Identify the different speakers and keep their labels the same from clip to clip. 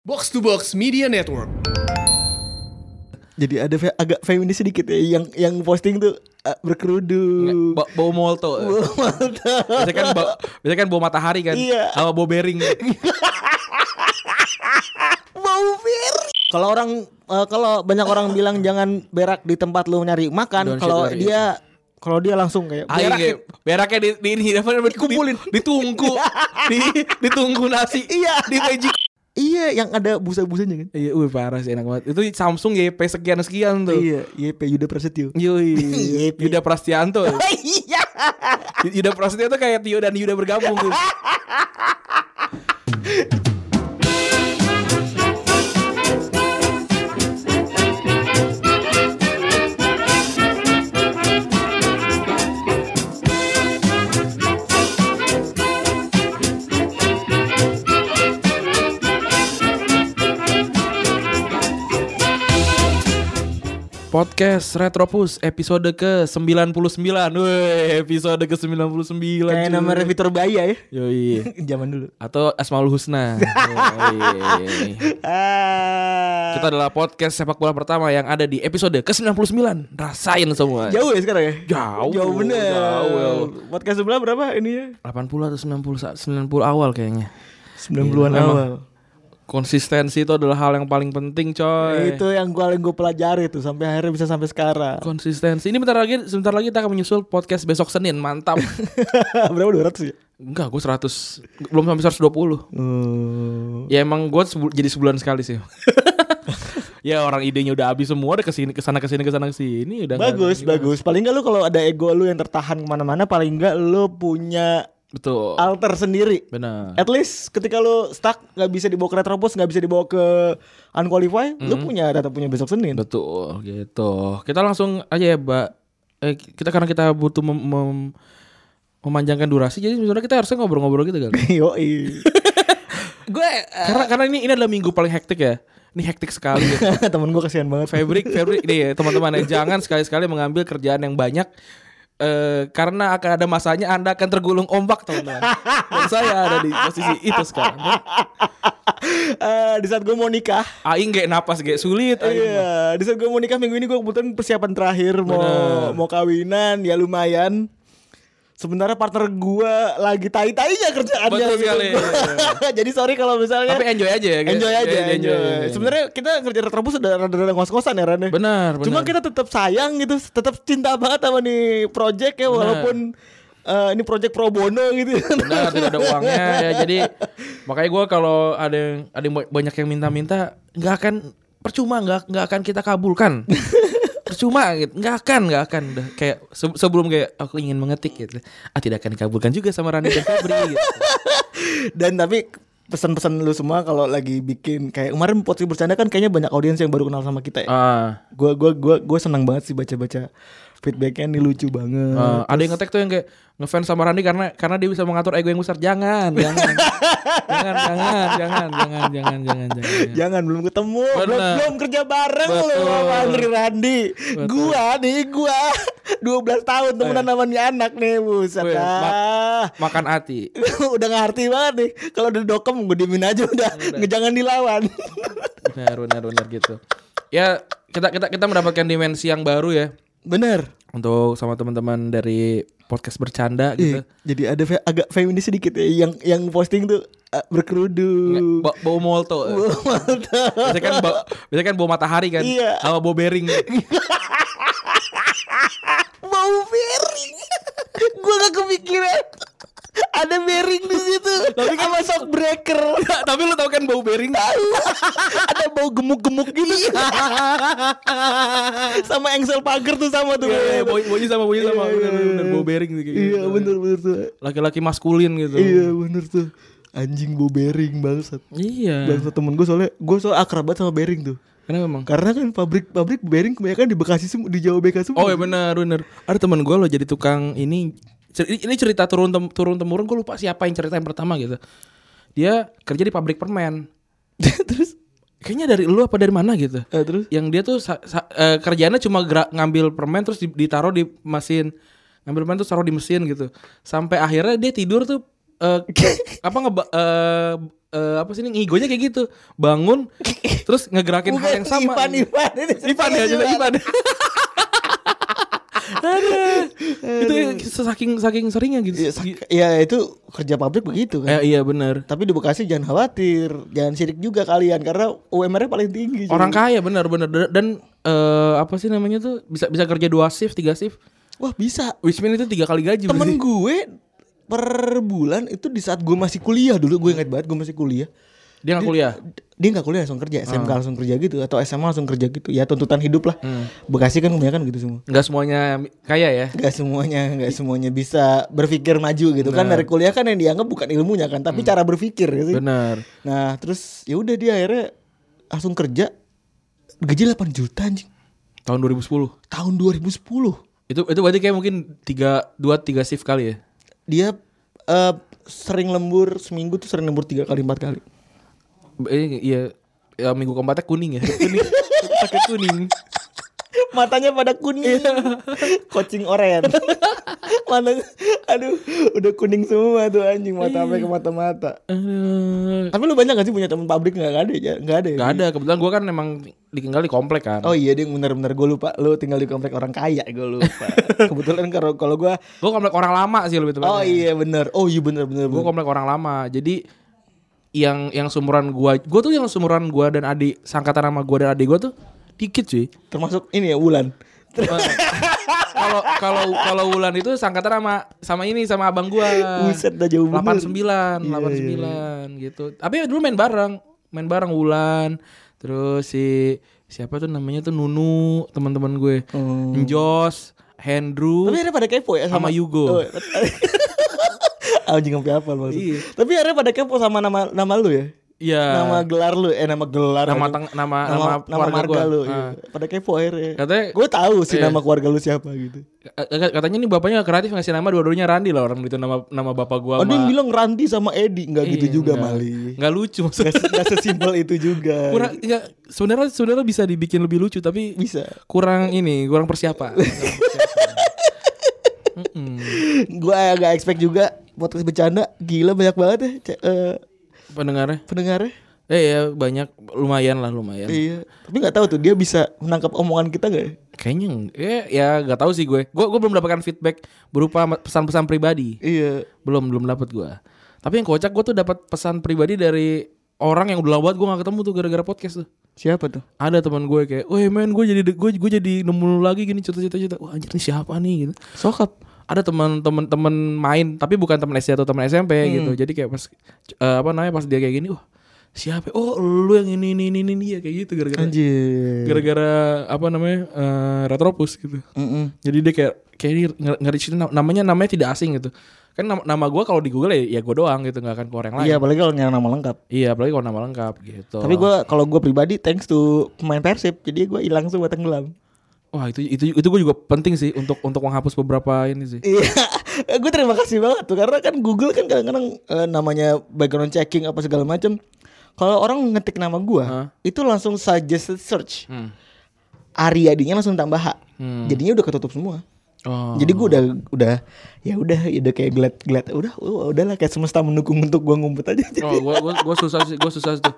Speaker 1: Box to Box Media Network.
Speaker 2: Jadi ada fe- agak feminis sedikit ya yang yang posting tuh eh, berkerudung.
Speaker 3: Ba- bau molto. biasanya kan bau, biasanya kan bau matahari kan.
Speaker 2: Iya.
Speaker 3: Sama bau bering.
Speaker 2: Bau bir. Kalau orang eh, kalau banyak orang bilang jangan berak di tempat lu nyari makan,
Speaker 3: Don't
Speaker 2: kalau
Speaker 3: shit where you
Speaker 2: dia kalau dia langsung kayak
Speaker 3: Ayo
Speaker 2: berak
Speaker 3: kayak- Ah, iya, beraknya di di ini apa namanya? Dikumpulin, ditunggu. di ditunggu nasi. Iya, di meja.
Speaker 2: Iya, yang ada busa-busanya kan.
Speaker 3: Iya, wih parah sih enak banget. Itu Samsung YP sekian sekian tuh.
Speaker 2: Iya, YP Yuda Prasetyo.
Speaker 3: Yoi,
Speaker 2: YP.
Speaker 3: Yuda Prasetyanto.
Speaker 2: Iya.
Speaker 3: Yuda Prasetyanto kayak Tio dan Yuda bergabung tuh. Podcast Retropus episode ke-99. Wih, episode ke-99.
Speaker 2: Kayak
Speaker 3: cuy.
Speaker 2: nama Revitor Baya ya.
Speaker 3: Yoi.
Speaker 2: Zaman dulu.
Speaker 3: Atau Asmaul Husna. Yoi.
Speaker 2: Ah.
Speaker 3: Kita adalah podcast sepak bola pertama yang ada di episode ke-99. Rasain semua.
Speaker 2: Jauh ya sekarang ya?
Speaker 3: Jauh,
Speaker 2: Jauh bener.
Speaker 3: jauh. Iya,
Speaker 2: Podcast sebelah berapa ini ya?
Speaker 3: 80 atau 90 sa- 90 awal kayaknya.
Speaker 2: 90-an
Speaker 3: Emang.
Speaker 2: awal.
Speaker 3: Konsistensi itu adalah hal yang paling penting, coy.
Speaker 2: Itu yang gua yang gue pelajari tuh sampai akhirnya bisa sampai sekarang.
Speaker 3: konsistensi. Ini bentar lagi sebentar lagi kita akan menyusul podcast besok Senin. Mantap.
Speaker 2: Berapa 200 ya?
Speaker 3: Enggak, gue 100 belum sampai 120.
Speaker 2: Hmm.
Speaker 3: Ya emang gue sebul- jadi sebulan sekali sih. ya orang idenya udah habis semua, udah kesini kesana kesini kesana kesini udah nggak-
Speaker 2: Bagus, bagus. Paling enggak lu kalau ada ego lu yang tertahan kemana-mana, paling enggak lu punya
Speaker 3: Betul.
Speaker 2: alter sendiri.
Speaker 3: Benar.
Speaker 2: At least ketika lu stuck nggak bisa dibawa ke Retropos, nggak bisa dibawa ke Unqualify, lu
Speaker 3: Hmm.
Speaker 2: punya data punya besok Senin.
Speaker 3: Betul gitu. Kita langsung aja ya, Mbak. Eh, kita karena kita butuh mem- mem- memanjangkan durasi, jadi sebenarnya kita harusnya ngobrol-ngobrol gitu
Speaker 2: Eh.
Speaker 3: kan.
Speaker 2: Yoi.
Speaker 3: Gue karena karena ini ini adalah minggu paling hektik ya. Ini hektik sekali. ya.
Speaker 2: Temen gue kasihan banget.
Speaker 3: Fabrik, Fabrik, nih ya, teman-teman ya, jangan sekali-sekali mengambil kerjaan yang banyak eh, karena akan ada masanya Anda akan tergulung ombak teman-teman. Dan saya ada di posisi itu sekarang.
Speaker 2: Eh, di saat gue mau nikah,
Speaker 3: Aing gak napas gak sulit. Aing.
Speaker 2: Iya, di saat gue mau nikah minggu ini gue kebetulan persiapan terakhir mau
Speaker 3: Bener.
Speaker 2: mau kawinan ya lumayan. Sementara partner gue lagi tai-tainya kerjaannya. Gitu.
Speaker 3: Betul sekali.
Speaker 2: Jadi sorry kalau misalnya
Speaker 3: Tapi enjoy aja ya. guys.
Speaker 2: enjoy aja, enjoy.
Speaker 3: enjoy.
Speaker 2: Sebenarnya kita kerja retrobus udah rada-rada ngos-ngosan ya Ran ya?
Speaker 3: Benar, benar.
Speaker 2: Cuma kita tetap sayang gitu, tetap cinta banget sama nih project ya walaupun eh, ini project pro bono gitu.
Speaker 3: Benar, tidak ada uangnya ya. Jadi makanya gue kalau ada yang ada yang banyak yang minta-minta nggak akan percuma nggak nggak akan kita kabulkan. percuma gitu nggak akan nggak akan udah kayak se- sebelum kayak aku ingin mengetik gitu ah tidak akan dikabulkan juga sama Rani dan Fabri gitu.
Speaker 2: Dan tapi pesan-pesan lu semua kalau lagi bikin kayak kemarin podcast bercanda kan kayaknya banyak audiens yang baru kenal sama kita ya.
Speaker 3: Ah,
Speaker 2: Gua gua gua gua senang banget sih baca-baca feedbacknya nih lucu banget.
Speaker 3: ah, ada yang ngetek tuh yang kayak ngefans sama Rani karena karena dia bisa mengatur ego yang besar jangan jangan jangan jangan jangan jangan jangan jangan jangan
Speaker 2: Jangan belum ketemu, belum,
Speaker 3: Bener.
Speaker 2: belum kerja bareng lu
Speaker 3: Betul.
Speaker 2: sama Andri Randi. Gua nih gua 12 tahun
Speaker 3: Eh.
Speaker 2: temenan sama nih anak nih, buset.
Speaker 3: Weh,
Speaker 2: ah.
Speaker 3: makan hati
Speaker 2: udah gak arti banget nih. Kalau udah dokem gue diemin aja udah. Jangan dilawan.
Speaker 3: benar benar benar gitu ya kita kita kita mendapatkan dimensi yang baru ya
Speaker 2: Bener.
Speaker 3: untuk sama teman-teman dari podcast bercanda
Speaker 2: Ih,
Speaker 3: gitu.
Speaker 2: Iya, jadi ada fe- agak feminis sedikit ya yang yang posting tuh eh, berkerudung.
Speaker 3: Ba- bau molto. Biasanya kan bau, biasanya kan bau matahari kan.
Speaker 2: Iya.
Speaker 3: Sama bau bering.
Speaker 2: Bau bering. gue gak kepikiran. Ada bering di situ. Tapi kan masuk breaker.
Speaker 3: Tapi lu tau kan bau bering?
Speaker 2: ada bau gemuk-gemuk gitu. sama engsel pagar tuh sama tuh.
Speaker 3: Iya, bau baunya sama baunya sama.
Speaker 2: Iya,
Speaker 3: Bener,
Speaker 2: iya,
Speaker 3: bener,
Speaker 2: iya.
Speaker 3: bau bering gitu.
Speaker 2: Iya, bener-bener tuh.
Speaker 3: Laki-laki maskulin gitu.
Speaker 2: Iya, bener tuh. Anjing bau bering bangsat.
Speaker 3: Iya.
Speaker 2: Bangsat temen gue soalnya gue soal akrab banget sama bering tuh.
Speaker 3: Kenapa emang?
Speaker 2: Karena kan pabrik-pabrik bering kebanyakan di Bekasi semua, di Jawa BK semua.
Speaker 3: Oh iya bener bener. Ada teman gue loh jadi tukang ini. cer- ini- Ini cerita turun tem, turun temurun gue lupa siapa yang cerita yang pertama gitu. Dia kerja di pabrik permen.
Speaker 2: terus
Speaker 3: Kayaknya dari lu apa dari mana gitu.
Speaker 2: eh, terus
Speaker 3: yang dia tuh sa- sa- eh, kerjaannya cuma gerak ngambil permen terus di- ditaruh di mesin ngambil permen terus taruh di mesin gitu sampai akhirnya dia tidur tuh eh, apa ngeba- eh, eh, apa sih ini ngigonya kayak gitu bangun terus ngegerakin hal yang sama
Speaker 2: Ipan, Ipan. Ini Iya,
Speaker 3: Ipan ya juga Ipan Aduh. itu saking saking seringnya gitu
Speaker 2: Iya, sak- Iya itu kerja pabrik begitu kan.
Speaker 3: Eh, iya benar
Speaker 2: Tapi di Bekasi jangan khawatir, jangan sirik juga kalian karena UMR-nya paling tinggi. cuy.
Speaker 3: orang kaya benar benar Dan- dan eh, apa sih namanya tuh bisa bisa kerja dua shift tiga shift
Speaker 2: wah bisa.
Speaker 3: Wisman itu tiga kali gaji
Speaker 2: Temen
Speaker 3: berarti.
Speaker 2: gue per bulan itu di saat gue masih kuliah dulu gue ingat banget gue masih kuliah.
Speaker 3: dia nggak kuliah
Speaker 2: Dia nggak kuliah langsung kerja, SMK
Speaker 3: Hmm.
Speaker 2: langsung kerja gitu atau SMA langsung kerja gitu. Ya tuntutan hidup lah. Bekasi kan kebanyakan gitu semua.
Speaker 3: nggak semuanya kaya ya
Speaker 2: Gak semuanya, gak semuanya bisa berpikir maju gitu kan dari kuliah kan yang dianggap bukan ilmunya kan, tapi cara berpikir gitu.
Speaker 3: Hmm. benar
Speaker 2: Nah terus ya udah dia akhirnya langsung kerja gaji 8 juta anjing
Speaker 3: tahun 2010
Speaker 2: tahun 2010
Speaker 3: itu itu berarti kayak mungkin tiga dua tiga shift kali ya
Speaker 2: dia eh, sering lembur seminggu tuh sering lembur tiga kali empat kali
Speaker 3: Eh, iya ya, minggu keempatnya kuning ya kuning pakai kuning
Speaker 2: matanya pada kuning coaching oren matanya aduh udah kuning semua tuh anjing mata sampai ke mata mata
Speaker 3: Aduh.
Speaker 2: tapi lu banyak gak sih punya teman pabrik nggak Nggak ada ya nggak ada ya?
Speaker 3: nggak ada kebetulan gua kan emang tinggal di komplek kan
Speaker 2: Oh iya dia bener-bener gue lupa Lu tinggal di komplek orang kaya gue lupa Kebetulan kalau kalau gue
Speaker 3: Gue komplek orang lama sih lebih tepatnya.
Speaker 2: Oh iya bener Oh iya bener bener,
Speaker 3: Gue
Speaker 2: bener.
Speaker 3: komplek orang lama. Jadi yang yang sumuran gua, gua tuh yang sumuran gua dan adik, sangkatan sama gua dan adik gua tuh dikit cuy.
Speaker 2: Termasuk ini ya Wulan
Speaker 3: Kalau kalau kalau Wulan itu sangkatan sama sama ini sama abang gua.
Speaker 2: Buset dah jauh Iya, bener iya.
Speaker 3: 89, 89 gitu. Tapi dulu main bareng, main bareng Wulan. Terus si siapa tuh namanya tuh Nunu, teman-teman gue. Jos,
Speaker 2: Oh.
Speaker 3: Hendru.
Speaker 2: Tapi akhirnya pada kepo ya
Speaker 3: Sama
Speaker 2: Oh,
Speaker 3: Yugo.
Speaker 2: Anjing sampai apa maksudnya. Tapi akhirnya pada kepo sama nama nama lu ya.
Speaker 3: Iya.
Speaker 2: Nama gelar lu, eh nama gelar.
Speaker 3: Nama
Speaker 2: aduh.
Speaker 3: teng- nama-
Speaker 2: nama,
Speaker 3: nama
Speaker 2: nama
Speaker 3: keluarga
Speaker 2: marga
Speaker 3: gua.
Speaker 2: lu.
Speaker 3: Ah.
Speaker 2: iya. Pada kepo akhirnya.
Speaker 3: Katanya- Iya.
Speaker 2: gue tahu sih nama keluarga lu siapa gitu.
Speaker 3: K- Eh, katanya nih bapaknya kreatif ngasih nama dua-duanya Randi lah orang itu nama nama bapak gua
Speaker 2: Oh, dia
Speaker 3: sama Iya,
Speaker 2: bilang Ranti sama Edi, enggak gitu juga Mali.
Speaker 3: nggak lucu maksudnya
Speaker 2: Enggak enggak sesimpel itu juga.
Speaker 3: kurang nggak sebenarnya sebenarnya bisa dibikin lebih lucu tapi
Speaker 2: Bisa.
Speaker 3: kurang ini kurang persiapan
Speaker 2: Gue agak expect juga podcast bercanda gila banyak banget ya ce- eh,
Speaker 3: pendengarnya
Speaker 2: pendengarnya.
Speaker 3: eh ya banyak lumayan lah lumayan
Speaker 2: Iya. Tapi nggak tahu tuh dia bisa menangkap omongan kita nggak? ya?
Speaker 3: kayaknya ng- eh ya nggak tahu sih gue gue gue belum mendapatkan feedback berupa ma- pesan-pesan pribadi
Speaker 2: Iya.
Speaker 3: belum belum dapat gua tapi yang kocak gue tuh dapat pesan pribadi dari orang yang udah lama banget gue gak ketemu tuh gara-gara podcast tuh
Speaker 2: Siapa tuh?
Speaker 3: ada teman gue kayak, "Weh men, gue jadi gue gue jadi nemu lu lagi gini cerita-cerita cerita. Wah, anjir ini siapa nih?" gitu. Sokap. Ada teman-teman teman main tapi bukan teman SD atau teman SMP
Speaker 2: Hmm.
Speaker 3: gitu. Jadi kayak pas eh, apa namanya pas dia kayak gini, "Wah, siapa? Oh, lu yang ini ini ini ini dia kayak gitu gara-gara
Speaker 2: Anjir.
Speaker 3: gara-gara apa namanya? eh, Retropus gitu. Jadi dia kayak kayak dia nge- nge-reach itu nam- namanya namanya tidak asing gitu. Kan nama, nama gue kalau di Google ya, ya gue doang gitu, nggak akan ke orang lain.
Speaker 2: Iya, apalagi kalau nyari nama lengkap.
Speaker 3: Iya, apalagi kalau nama lengkap gitu.
Speaker 2: Tapi gue kalau gue pribadi thanks to pemain Persib, jadi gue hilang semua tenggelam.
Speaker 3: Wah itu itu itu gue juga penting sih untuk untuk menghapus beberapa ini sih.
Speaker 2: Iya, gue terima kasih banget tuh karena kan Google kan kadang-kadang eh, namanya background checking apa segala macam. Kalau orang ngetik nama gue, itu langsung suggested search. Ari Adinya langsung tambah H. Jadinya udah ketutup semua.
Speaker 3: Oh.
Speaker 2: Jadi gue udah udah ya udah ya udah kayak gelat gelat udah udah udahlah kayak semesta mendukung untuk gue ngumpet aja.
Speaker 3: Oh, gue gua, gua susah sih, gue susah tuh.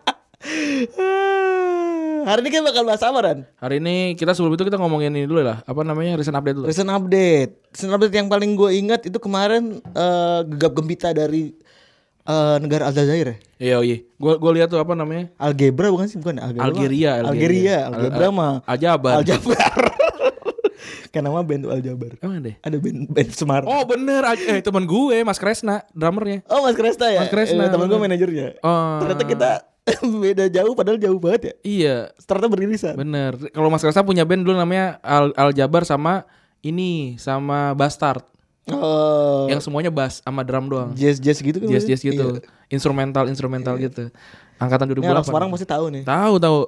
Speaker 2: Hari ini kita bakal bahas apa Ran?
Speaker 3: Hari ini kita sebelum itu kita ngomongin ini dulu ya lah, apa namanya recent update dulu.
Speaker 2: Recent update. Recent update yang paling gue ingat itu kemarin eh, gegap gempita dari eh, negara Aljazair ya.
Speaker 3: Iya, iya. Gue gue lihat tuh apa namanya
Speaker 2: Algebra bukan sih bukan ya? Algebra.
Speaker 3: Algeria,
Speaker 2: Algeria, Algebra
Speaker 3: Al-
Speaker 2: mah
Speaker 3: Al- Aljabar.
Speaker 2: Aljabar. Kayak nama band tuh Aljabar.
Speaker 3: Emang deh.
Speaker 2: Ada band band Semarang.
Speaker 3: Oh bener, Al- eh teman gue Mas Kresna, drummernya.
Speaker 2: Oh, Mas Kresta ya?
Speaker 3: Mas
Speaker 2: Eh,
Speaker 3: Kresna,
Speaker 2: temen gue
Speaker 3: bener.
Speaker 2: manajernya.
Speaker 3: Oh.
Speaker 2: Ternyata kita beda jauh padahal jauh banget ya.
Speaker 3: Iya,
Speaker 2: Ternyata beririsan.
Speaker 3: bener. Kalau Mas Kresna punya band dulu namanya Al Aljabar sama ini sama Bastard,
Speaker 2: Oh.
Speaker 3: yang semuanya bass sama drum doang.
Speaker 2: Jazz jazz gitu kan.
Speaker 3: Jazz
Speaker 2: berarti?
Speaker 3: jazz gitu, instrumental instrumental gitu. Angkatan
Speaker 2: Ini orang
Speaker 3: 2008.
Speaker 2: Semarang pasti tahu nih.
Speaker 3: Tahu tahu.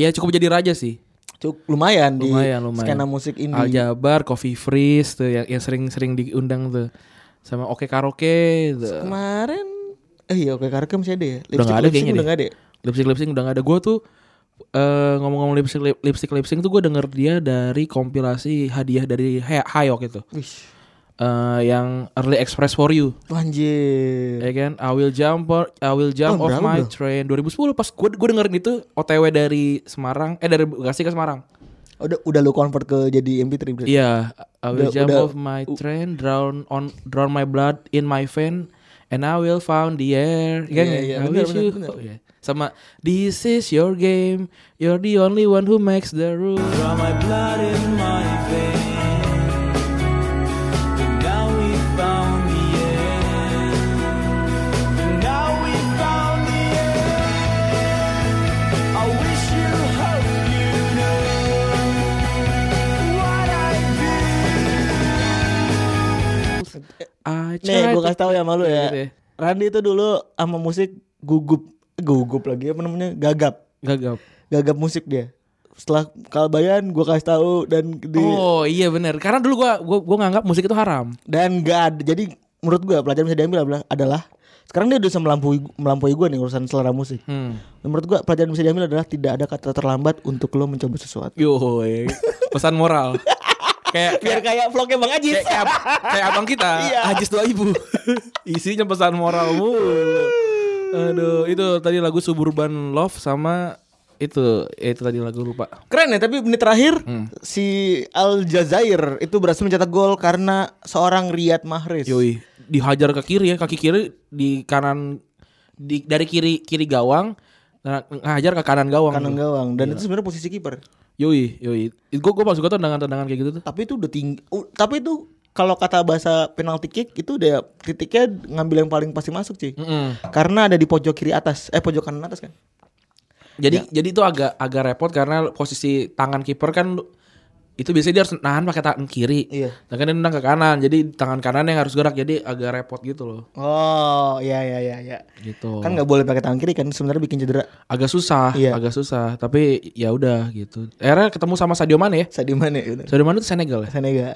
Speaker 3: Ya cukup jadi raja sih.
Speaker 2: Cuk, lumayan,
Speaker 3: Lumayan,
Speaker 2: di
Speaker 3: lumayan.
Speaker 2: skena musik indie.
Speaker 3: Aljabar, Coffee Freeze tuh yang, yang sering-sering diundang tuh. Sama Oke Karaoke tuh.
Speaker 2: Kemarin eh iya oke karaoke masih ada ya.
Speaker 3: Udah nggak ada
Speaker 2: Lipstick-lipstick
Speaker 3: kayaknya
Speaker 2: udah
Speaker 3: deh.
Speaker 2: nggak ada. ya?
Speaker 3: Lipsing lipsing udah gak ada. Gue tuh eh, ngomong-ngomong lipsing lipsing lipsing tuh gue denger dia dari kompilasi hadiah dari Hay- Hayok itu.
Speaker 2: Wih.
Speaker 3: Eh eh, yang Early Express for You,
Speaker 2: Anjir.
Speaker 3: ya kan? I will jump, or- I will
Speaker 2: Tahun
Speaker 3: jump off
Speaker 2: Iya. Oh, berapa,
Speaker 3: my
Speaker 2: bro?
Speaker 3: train 2010 pas gue gue dengerin itu OTW dari Semarang, eh dari Bekasi ke Semarang.
Speaker 2: Udah udah lu convert ke jadi MP3 berarti?
Speaker 3: Iya, I will
Speaker 2: Udah-
Speaker 3: jump
Speaker 2: udah-
Speaker 3: off my train, drown on drown my blood in my vein, and I will found the air. Iya,
Speaker 2: Iya, iya,
Speaker 3: I
Speaker 2: benar,
Speaker 3: wish
Speaker 2: benar,
Speaker 3: you.
Speaker 2: benar.
Speaker 3: oh, iya. Sama this is your game, you're the only one who makes the rules.
Speaker 4: Draw my blood in my vein. And now we found the end. And now we found the end. I wish you hope you knew what I do.
Speaker 3: I
Speaker 2: Eh, Nih
Speaker 3: tried
Speaker 2: gue
Speaker 3: to-
Speaker 2: kasih tau ya malu
Speaker 3: Gitu
Speaker 2: ya.
Speaker 3: ya.
Speaker 2: Randy itu dulu sama musik gugup gugup lagi apa namanya gagap
Speaker 3: Gagap.
Speaker 2: gagap musik dia. Setelah Kalbayan gue kasih tahu dan di
Speaker 3: Oh iya benar. Karena dulu gua gua gua nganggap musik itu haram.
Speaker 2: dan gak ada jadi menurut gue pelajaran yang bisa diambil adalah- adalah sekarang dia udah bisa melampaui melampaui gue nih urusan selera musik
Speaker 3: Hmm.
Speaker 2: Dan menurut gue pelajaran yang bisa diambil adalah tidak ada kata terlambat untuk lo mencoba sesuatu
Speaker 3: Yo, pesan moral. kayak kayak
Speaker 2: biar kayak vlognya bang Ajis
Speaker 3: kayak, kayak, ab- kayak abang kita
Speaker 2: Iya.
Speaker 3: Ajis doa ibu isinya pesan moral mulu aduh itu tadi lagu suburban love sama itu ya itu tadi lagu lupa
Speaker 2: keren ya tapi menit terakhir si Al Jazair itu berhasil mencetak gol karena seorang Riyad Mahrez
Speaker 3: yoi dihajar ke kiri ya kaki kiri di kanan di dari kiri kiri gawang nah, ngajar ke kanan gawang
Speaker 2: kanan gawang dan itu sebenarnya posisi kiper
Speaker 3: yoi yoi gue gue masuk ke tendangan tendangan kayak gitu tuh
Speaker 2: tapi itu udah tinggi u- tapi itu kalau kata bahasa penalti kick itu udah titiknya ngambil yang paling pasti masuk sih
Speaker 3: Mm-mm.
Speaker 2: karena ada di pojok kiri atas eh pojok kanan atas kan
Speaker 3: jadi
Speaker 2: Ya.
Speaker 3: jadi itu agak agak repot karena posisi tangan kiper kan itu biasanya dia harus nahan pakai tangan kiri
Speaker 2: Iya.
Speaker 3: Nah, kan dia nendang ke kanan, jadi tangan kanan yang harus gerak, jadi agak repot gitu loh.
Speaker 2: Oh, iya iya iya iya.
Speaker 3: Gitu.
Speaker 2: Kan nggak boleh pakai tangan kiri kan sebenarnya bikin cedera.
Speaker 3: agak susah,
Speaker 2: Iya.
Speaker 3: agak susah. Tapi ya udah gitu. Akhirnya ketemu sama Sadio Mane ya.
Speaker 2: Sadio Mane bener.
Speaker 3: Sadio Mane itu Senegal ya.
Speaker 2: Senegal.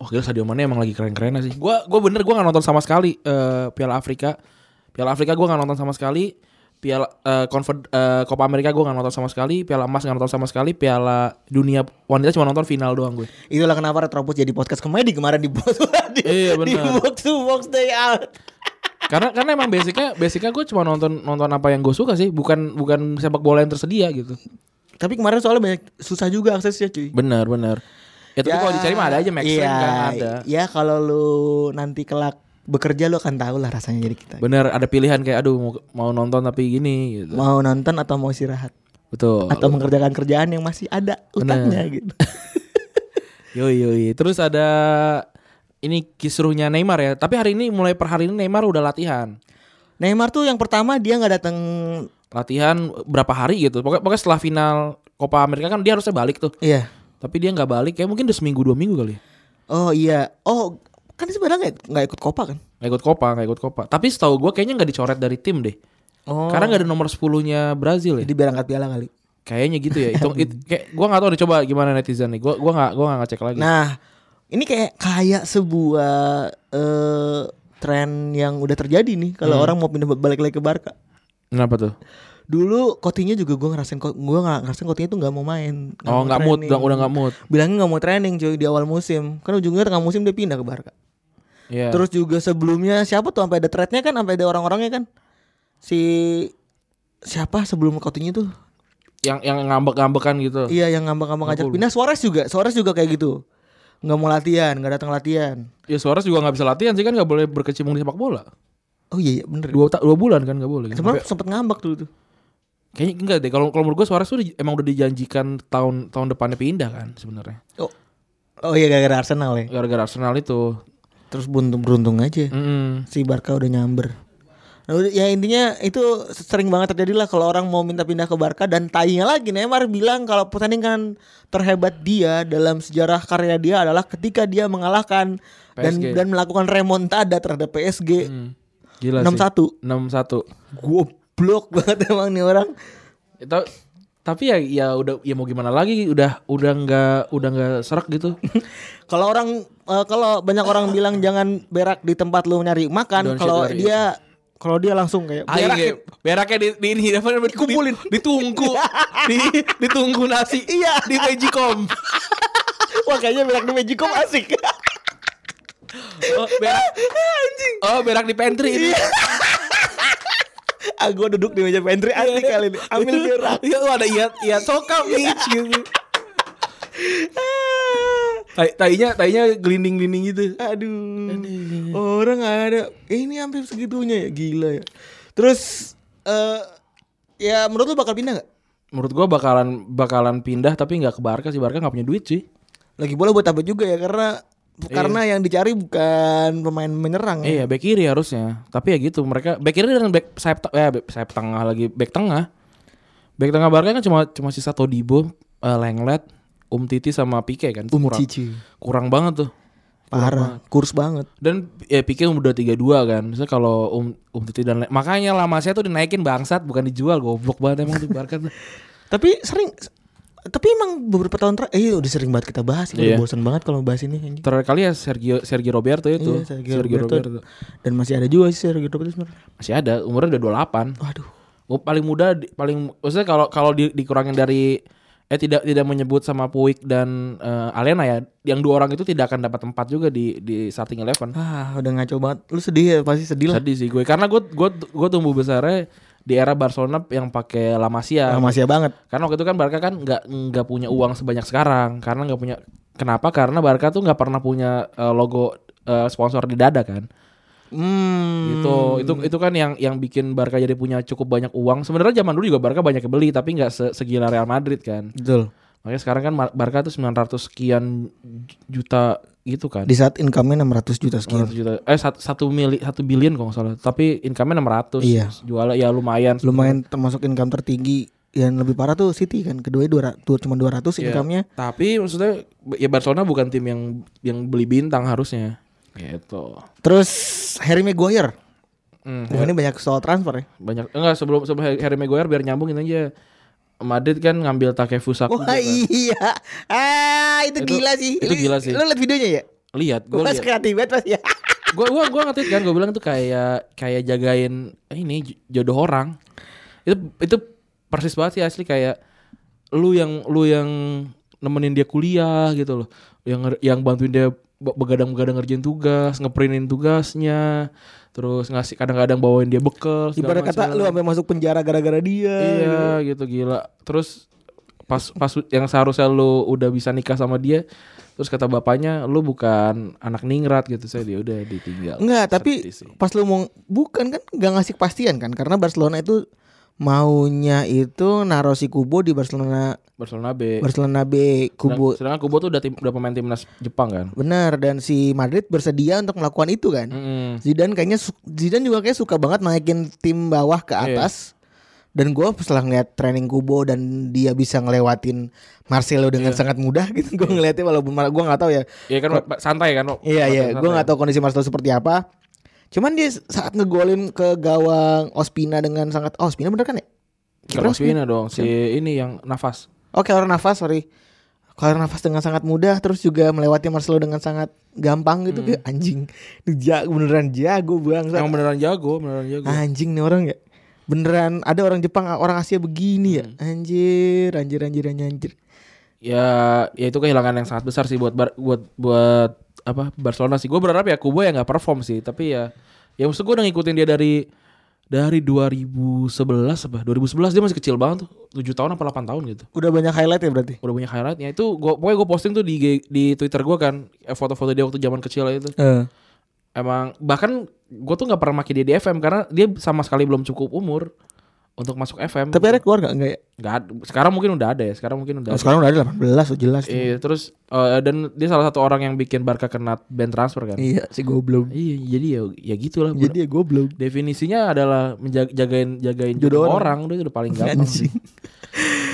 Speaker 3: Wah Oh, gila Sadio Mane emang lagi keren-keren sih. Gua gua bener gua nggak nonton sama sekali eh, Piala Afrika. Piala Afrika gua nggak nonton sama sekali. Piala eh, Confer- eh, Copa America gua nggak nonton sama sekali. Piala Emas nggak nonton sama sekali. Piala Dunia Wanita cuma nonton final doang gue.
Speaker 2: Itulah kenapa Retropus jadi podcast komedi kemarin di box di,
Speaker 3: Iya,
Speaker 2: di
Speaker 3: benar.
Speaker 2: box to box day out.
Speaker 3: karena karena emang basicnya basicnya gue cuma nonton nonton apa yang gue suka sih bukan bukan sepak bola yang tersedia gitu
Speaker 2: Tapi kemarin soalnya banyak susah juga aksesnya cuy.
Speaker 3: benar benar ya tapi kalau dicari mah ada aja Maxim
Speaker 2: iya,
Speaker 3: kan ada
Speaker 2: Ya kalau lu nanti kelak bekerja lu akan tahu lah rasanya jadi kita.
Speaker 3: benar ada pilihan kayak aduh mau, mau nonton tapi gini gitu
Speaker 2: Mau nonton atau mau istirahat
Speaker 3: betul
Speaker 2: atau mengerjakan kerjaan yang masih ada utangnya gitu.
Speaker 3: yoi yoi terus ada ini kisruhnya Neymar ya tapi hari ini mulai per hari ini Neymar udah latihan
Speaker 2: Neymar tuh yang pertama dia nggak datang
Speaker 3: latihan berapa hari gitu pokoknya, pokoknya setelah final Copa America kan dia harusnya balik tuh
Speaker 2: iya.
Speaker 3: tapi dia nggak balik ya mungkin udah seminggu dua minggu kali ya
Speaker 2: Oh iya. Oh kan sebenarnya nggak- nggak ikut kopa kan?
Speaker 3: Gak ikut Copa, gak ikut Copa. Tapi setahu gue kayaknya gak dicoret dari tim deh.
Speaker 2: Oh.
Speaker 3: Karena gak ada nomor 10-nya Brazil ya.
Speaker 2: Jadi biar angkat piala kali.
Speaker 3: Kayaknya gitu ya. Itu it, kayak gua enggak tahu deh coba gimana netizen nih. Gua gua enggak gua enggak ngecek lagi.
Speaker 2: Nah, ini kayak kayak sebuah eh tren yang udah terjadi nih kalau orang mau pindah balik lagi ke Barca.
Speaker 3: Kenapa tuh?
Speaker 2: Dulu Coutinho juga gue ngerasain ko- gua nggak ngerasain Coutinho tuh nggak mau main. nggak mau
Speaker 3: Oh, enggak mood,
Speaker 2: training.
Speaker 3: udah, udah enggak mood.
Speaker 2: Bilangnya nggak mau training cuy di awal musim. Kan ujungnya tengah musim dia pindah ke Barca.
Speaker 3: Iya.
Speaker 2: Terus juga sebelumnya siapa tuh sampai ada threadnya kan sampai ada orang-orangnya kan. Si siapa sebelum Coutinho tuh?
Speaker 3: yang yang ngambek-ngambekan gitu.
Speaker 2: Iya yang ngambang-ngambang ngajak pindah Suarez juga Suarez juga kayak gitu nggak mau latihan nggak datang latihan
Speaker 3: Ya Suarez juga nggak bisa latihan sih kan nggak boleh berkecimpung di sepak bola.
Speaker 2: oh iya, iya bener
Speaker 3: Dua, ta- dua bulan kan nggak boleh. kan?
Speaker 2: sebenarnya sempet ngambek dulu tuh
Speaker 3: Kayaknya enggak deh. Kalau kalau menurut gue Suarez tuh di- emang udah dijanjikan tahun tahun depannya pindah kan sebenarnya.
Speaker 2: oh oh iya gara-gara Arsenal ya
Speaker 3: Gara-gara Arsenal itu.
Speaker 2: terus beruntung beruntung
Speaker 3: Hmm.
Speaker 2: aja
Speaker 3: Mm-mm.
Speaker 2: si Barca udah nyamber Nah, udah- ya intinya itu sering banget terjadi lah kalau orang mau minta pindah ke Barca dan tainya lagi Neymar bilang kalau pertandingan terhebat dia dalam sejarah karya dia adalah ketika dia mengalahkan dan
Speaker 3: PSG.
Speaker 2: dan melakukan remontada terhadap PSG
Speaker 3: Hmm. Gila sih.
Speaker 2: 6-1
Speaker 3: 6-1.
Speaker 2: goblok banget emang nih orang
Speaker 3: itu tapi ya ya udah ya mau gimana lagi udah udah nggak udah nggak serak gitu
Speaker 2: Kalau orang eh, kalau banyak orang bilang jangan berak di tempat lu nyari makan,
Speaker 3: Don't
Speaker 2: kalau
Speaker 3: shit
Speaker 2: dia
Speaker 3: where
Speaker 2: kalau dia langsung kayak berak
Speaker 3: beraknya ya, beraknya di, di ini apa namanya dikumpulin ditunggu di ditunggu nasi
Speaker 2: Iya.
Speaker 3: di magicom
Speaker 2: Wah kayaknya berak di Magicom asik.
Speaker 3: Oh, berak. Oh, berak di pantry itu.
Speaker 2: ah gue duduk di meja pantry asli kali ini ambil berak
Speaker 3: Iya, lu ada iat iat sokap nih gitu. Tai tainya tainya gelinding-gelinding gitu.
Speaker 2: aduh orang ada eh, ini hampir segitunya ya gila ya terus eh ya menurut lu bakal pindah nggak
Speaker 3: Menurut gua bakalan bakalan pindah tapi nggak ke Barca sih. Barca nggak punya duit sih.
Speaker 2: lagi bola buat apa juga ya karena karena yang dicari bukan pemain menyerang ya?
Speaker 3: Iya, back kiri harusnya. Tapi ya gitu, mereka back kiri dan back sayap te- eh, back- sayap tengah lagi back tengah. Back tengah Barca kan cuma cuma sisa Todibo, eh, Lenglet, Um Titi sama Pique kan. Itu
Speaker 2: Um
Speaker 3: kurang,
Speaker 2: Cici.
Speaker 3: kurang banget tuh.
Speaker 2: parah kurs banget
Speaker 3: Dan ya Pique udah 32 kan. Misalnya kalau Um Um Titi dan Leng- makanya lama saya tuh dinaikin bangsat bukan dijual goblok banget emang tuh Barca tuh.
Speaker 2: tapi sering tapi emang beberapa tahun terakhir eh udah sering banget kita bahas gue
Speaker 3: Iya.
Speaker 2: udah bosan banget kalau bahas ini anjing.
Speaker 3: Terakhir kali ya Sergio Sergio Roberto itu.
Speaker 2: Iya, Sergio Roberto. dan masih ada juga sih Sergio Roberto sebenarnya
Speaker 3: Masih ada, umurnya udah 28.
Speaker 2: waduh
Speaker 3: Oh, paling muda di- paling maksudnya kalau kalau di- dikurangin dari eh tidak tidak menyebut sama Puig dan eh, Alena ya yang dua orang itu tidak akan dapat tempat juga di di starting eleven
Speaker 2: ah udah ngaco banget lu sedih ya pasti sedih lah
Speaker 3: sedih sih gue karena gue gue gue tumbuh besarnya di era Barcelona yang pakai La Masia
Speaker 2: Nah, masih banget
Speaker 3: karena waktu itu kan Barca kan nggak nggak punya uang sebanyak sekarang karena nggak punya kenapa karena Barca tuh nggak pernah punya eh, logo eh, sponsor di dada kan
Speaker 2: hmm
Speaker 3: itu itu itu kan yang yang bikin Barca jadi punya cukup banyak uang sebenarnya zaman dulu juga Barca banyak yang beli tapi nggak se- segila Real Madrid kan
Speaker 2: betul
Speaker 3: makanya sekarang kan Mar- Barca tuh 900 sekian juta gitu kan
Speaker 2: di saat income-nya 600 juta sekian
Speaker 3: 900 juta eh sat- satu mili satu billion kalau nggak salah tapi income-nya 600
Speaker 2: Iya.
Speaker 3: jualnya ya lumayan
Speaker 2: lumayan termasuk income tertinggi yang lebih parah tuh City kan keduanya 200 cuma 200
Speaker 3: Iya.
Speaker 2: income-nya
Speaker 3: tapi maksudnya ya Barcelona bukan tim yang yang beli bintang harusnya gitu
Speaker 2: terus Harry Maguire
Speaker 3: Hmm.
Speaker 2: Nah, ini banyak soal transfer ya
Speaker 3: banyak enggak sebelum sebelum Harry Maguire biar nyambungin aja Madrid kan ngambil kan. Takefusa
Speaker 2: Wah iya ah itu,
Speaker 3: Itu-
Speaker 2: gila sih
Speaker 3: itu
Speaker 2: Lu-
Speaker 3: gila sih.
Speaker 2: lu liat videonya ya
Speaker 3: lihat gue
Speaker 2: gue
Speaker 3: lihat
Speaker 2: kreatif banget pasti ya
Speaker 3: gua gua gua nge-tweet kan gua bilang tuh kayak kayak jagain eh, ini j- jodoh orang itu itu persis banget sih asli kayak lu yang lu yang nemenin dia kuliah gitu loh yang nger- yang bantuin dia be- begadang-begadang ngerjain tugas ngeprintin tugasnya terus ngasih kadang-kadang bawain dia bekal segala
Speaker 2: ibarat kata
Speaker 3: macam.
Speaker 2: lu sampai masuk penjara gara-gara dia
Speaker 3: iya gitu gila terus pas pas yang seharusnya lu udah bisa nikah sama dia terus kata bapaknya lu bukan anak ningrat gitu saya dia udah ditinggal
Speaker 2: Enggak, tapi
Speaker 3: Sedih sih.
Speaker 2: pas lu mau bukan kan nggak ngasih kepastian kan karena Barcelona itu maunya itu naruh si Kubo di Barcelona
Speaker 3: Barcelona B.
Speaker 2: Barcelona B Kubo.
Speaker 3: Sedang- Sedangkan Kubo tuh udah tim, udah pemain timnas Jepang kan.
Speaker 2: Benar dan si Madrid bersedia untuk melakukan itu kan.
Speaker 3: Mm-mm.
Speaker 2: Zidane kayaknya su- Zidane juga kayak suka banget naikin tim bawah ke
Speaker 3: Iya.
Speaker 2: atas. Dan gue setelah ngeliat training Kubo dan dia bisa ngelewatin Marcelo dengan sangat mudah gitu. Gue ngeliatnya walaupun mar- gua nggak tahu ya
Speaker 3: Iya kan ba- santai kan. lo-
Speaker 2: Iya iya,
Speaker 3: santai.
Speaker 2: gue nggak tahu kondisi Marcelo seperti apa. Cuman dia saat ngegolin ke gawang Ospina dengan sangat oh, Ospina bener kan ya? Kiper
Speaker 3: Kalau Ospina dong si ini yang nafas.
Speaker 2: Oh Keylor Nafas sorry. Keylor Nafas dengan sangat mudah terus juga melewati Marcelo dengan sangat gampang gitu Kayak, anjing. Ini jago beneran jago bang.
Speaker 3: Hmm. Yang beneran jago, beneran jago.
Speaker 2: Anjing nih orang ya. Beneran ada orang Jepang ah, orang Asia begini ya.
Speaker 3: Hmm.
Speaker 2: Anjir, anjir anjir anjir. anjir.
Speaker 3: Ya, ya itu kehilangan yang sangat besar sih buat Bar- buat buat apa Barcelona sih. Gue berharap ya Kubo ya nggak perform sih, tapi ya ya maksud gue udah ngikutin dia dari dari 2011 apa 2011 dia masih kecil banget tuh 7 tahun apa 8 tahun gitu
Speaker 2: Udah banyak highlight ya berarti.
Speaker 3: udah banyak highlightnya itu gua pokoknya gue posting tuh di IG di Twitter gue kan eh, foto-foto dia waktu zaman kecil itu emang bahkan gue tuh nggak pernah maki dia di FM karena dia sama sekali belum cukup umur untuk masuk FM.
Speaker 2: Tapi ada keluar nggak enggak ya?
Speaker 3: Nggak ada- sekarang mungkin udah ada ya. Sekarang mungkin udah.
Speaker 2: Oh,
Speaker 3: Ada.
Speaker 2: sekarang udah ada 18 oh, jelas.
Speaker 3: Iya, terus eh, dan dia salah satu orang yang bikin Barca kena band transfer kan.
Speaker 2: Iya, si goblok.
Speaker 3: Iya, jadi ya ya gitulah.
Speaker 2: Jadi ya goblok.
Speaker 3: Definisinya adalah menjagain jagain jagain
Speaker 2: Jodoh
Speaker 3: jodoh
Speaker 2: orang.
Speaker 3: orang, udah itu udah paling gampang sih.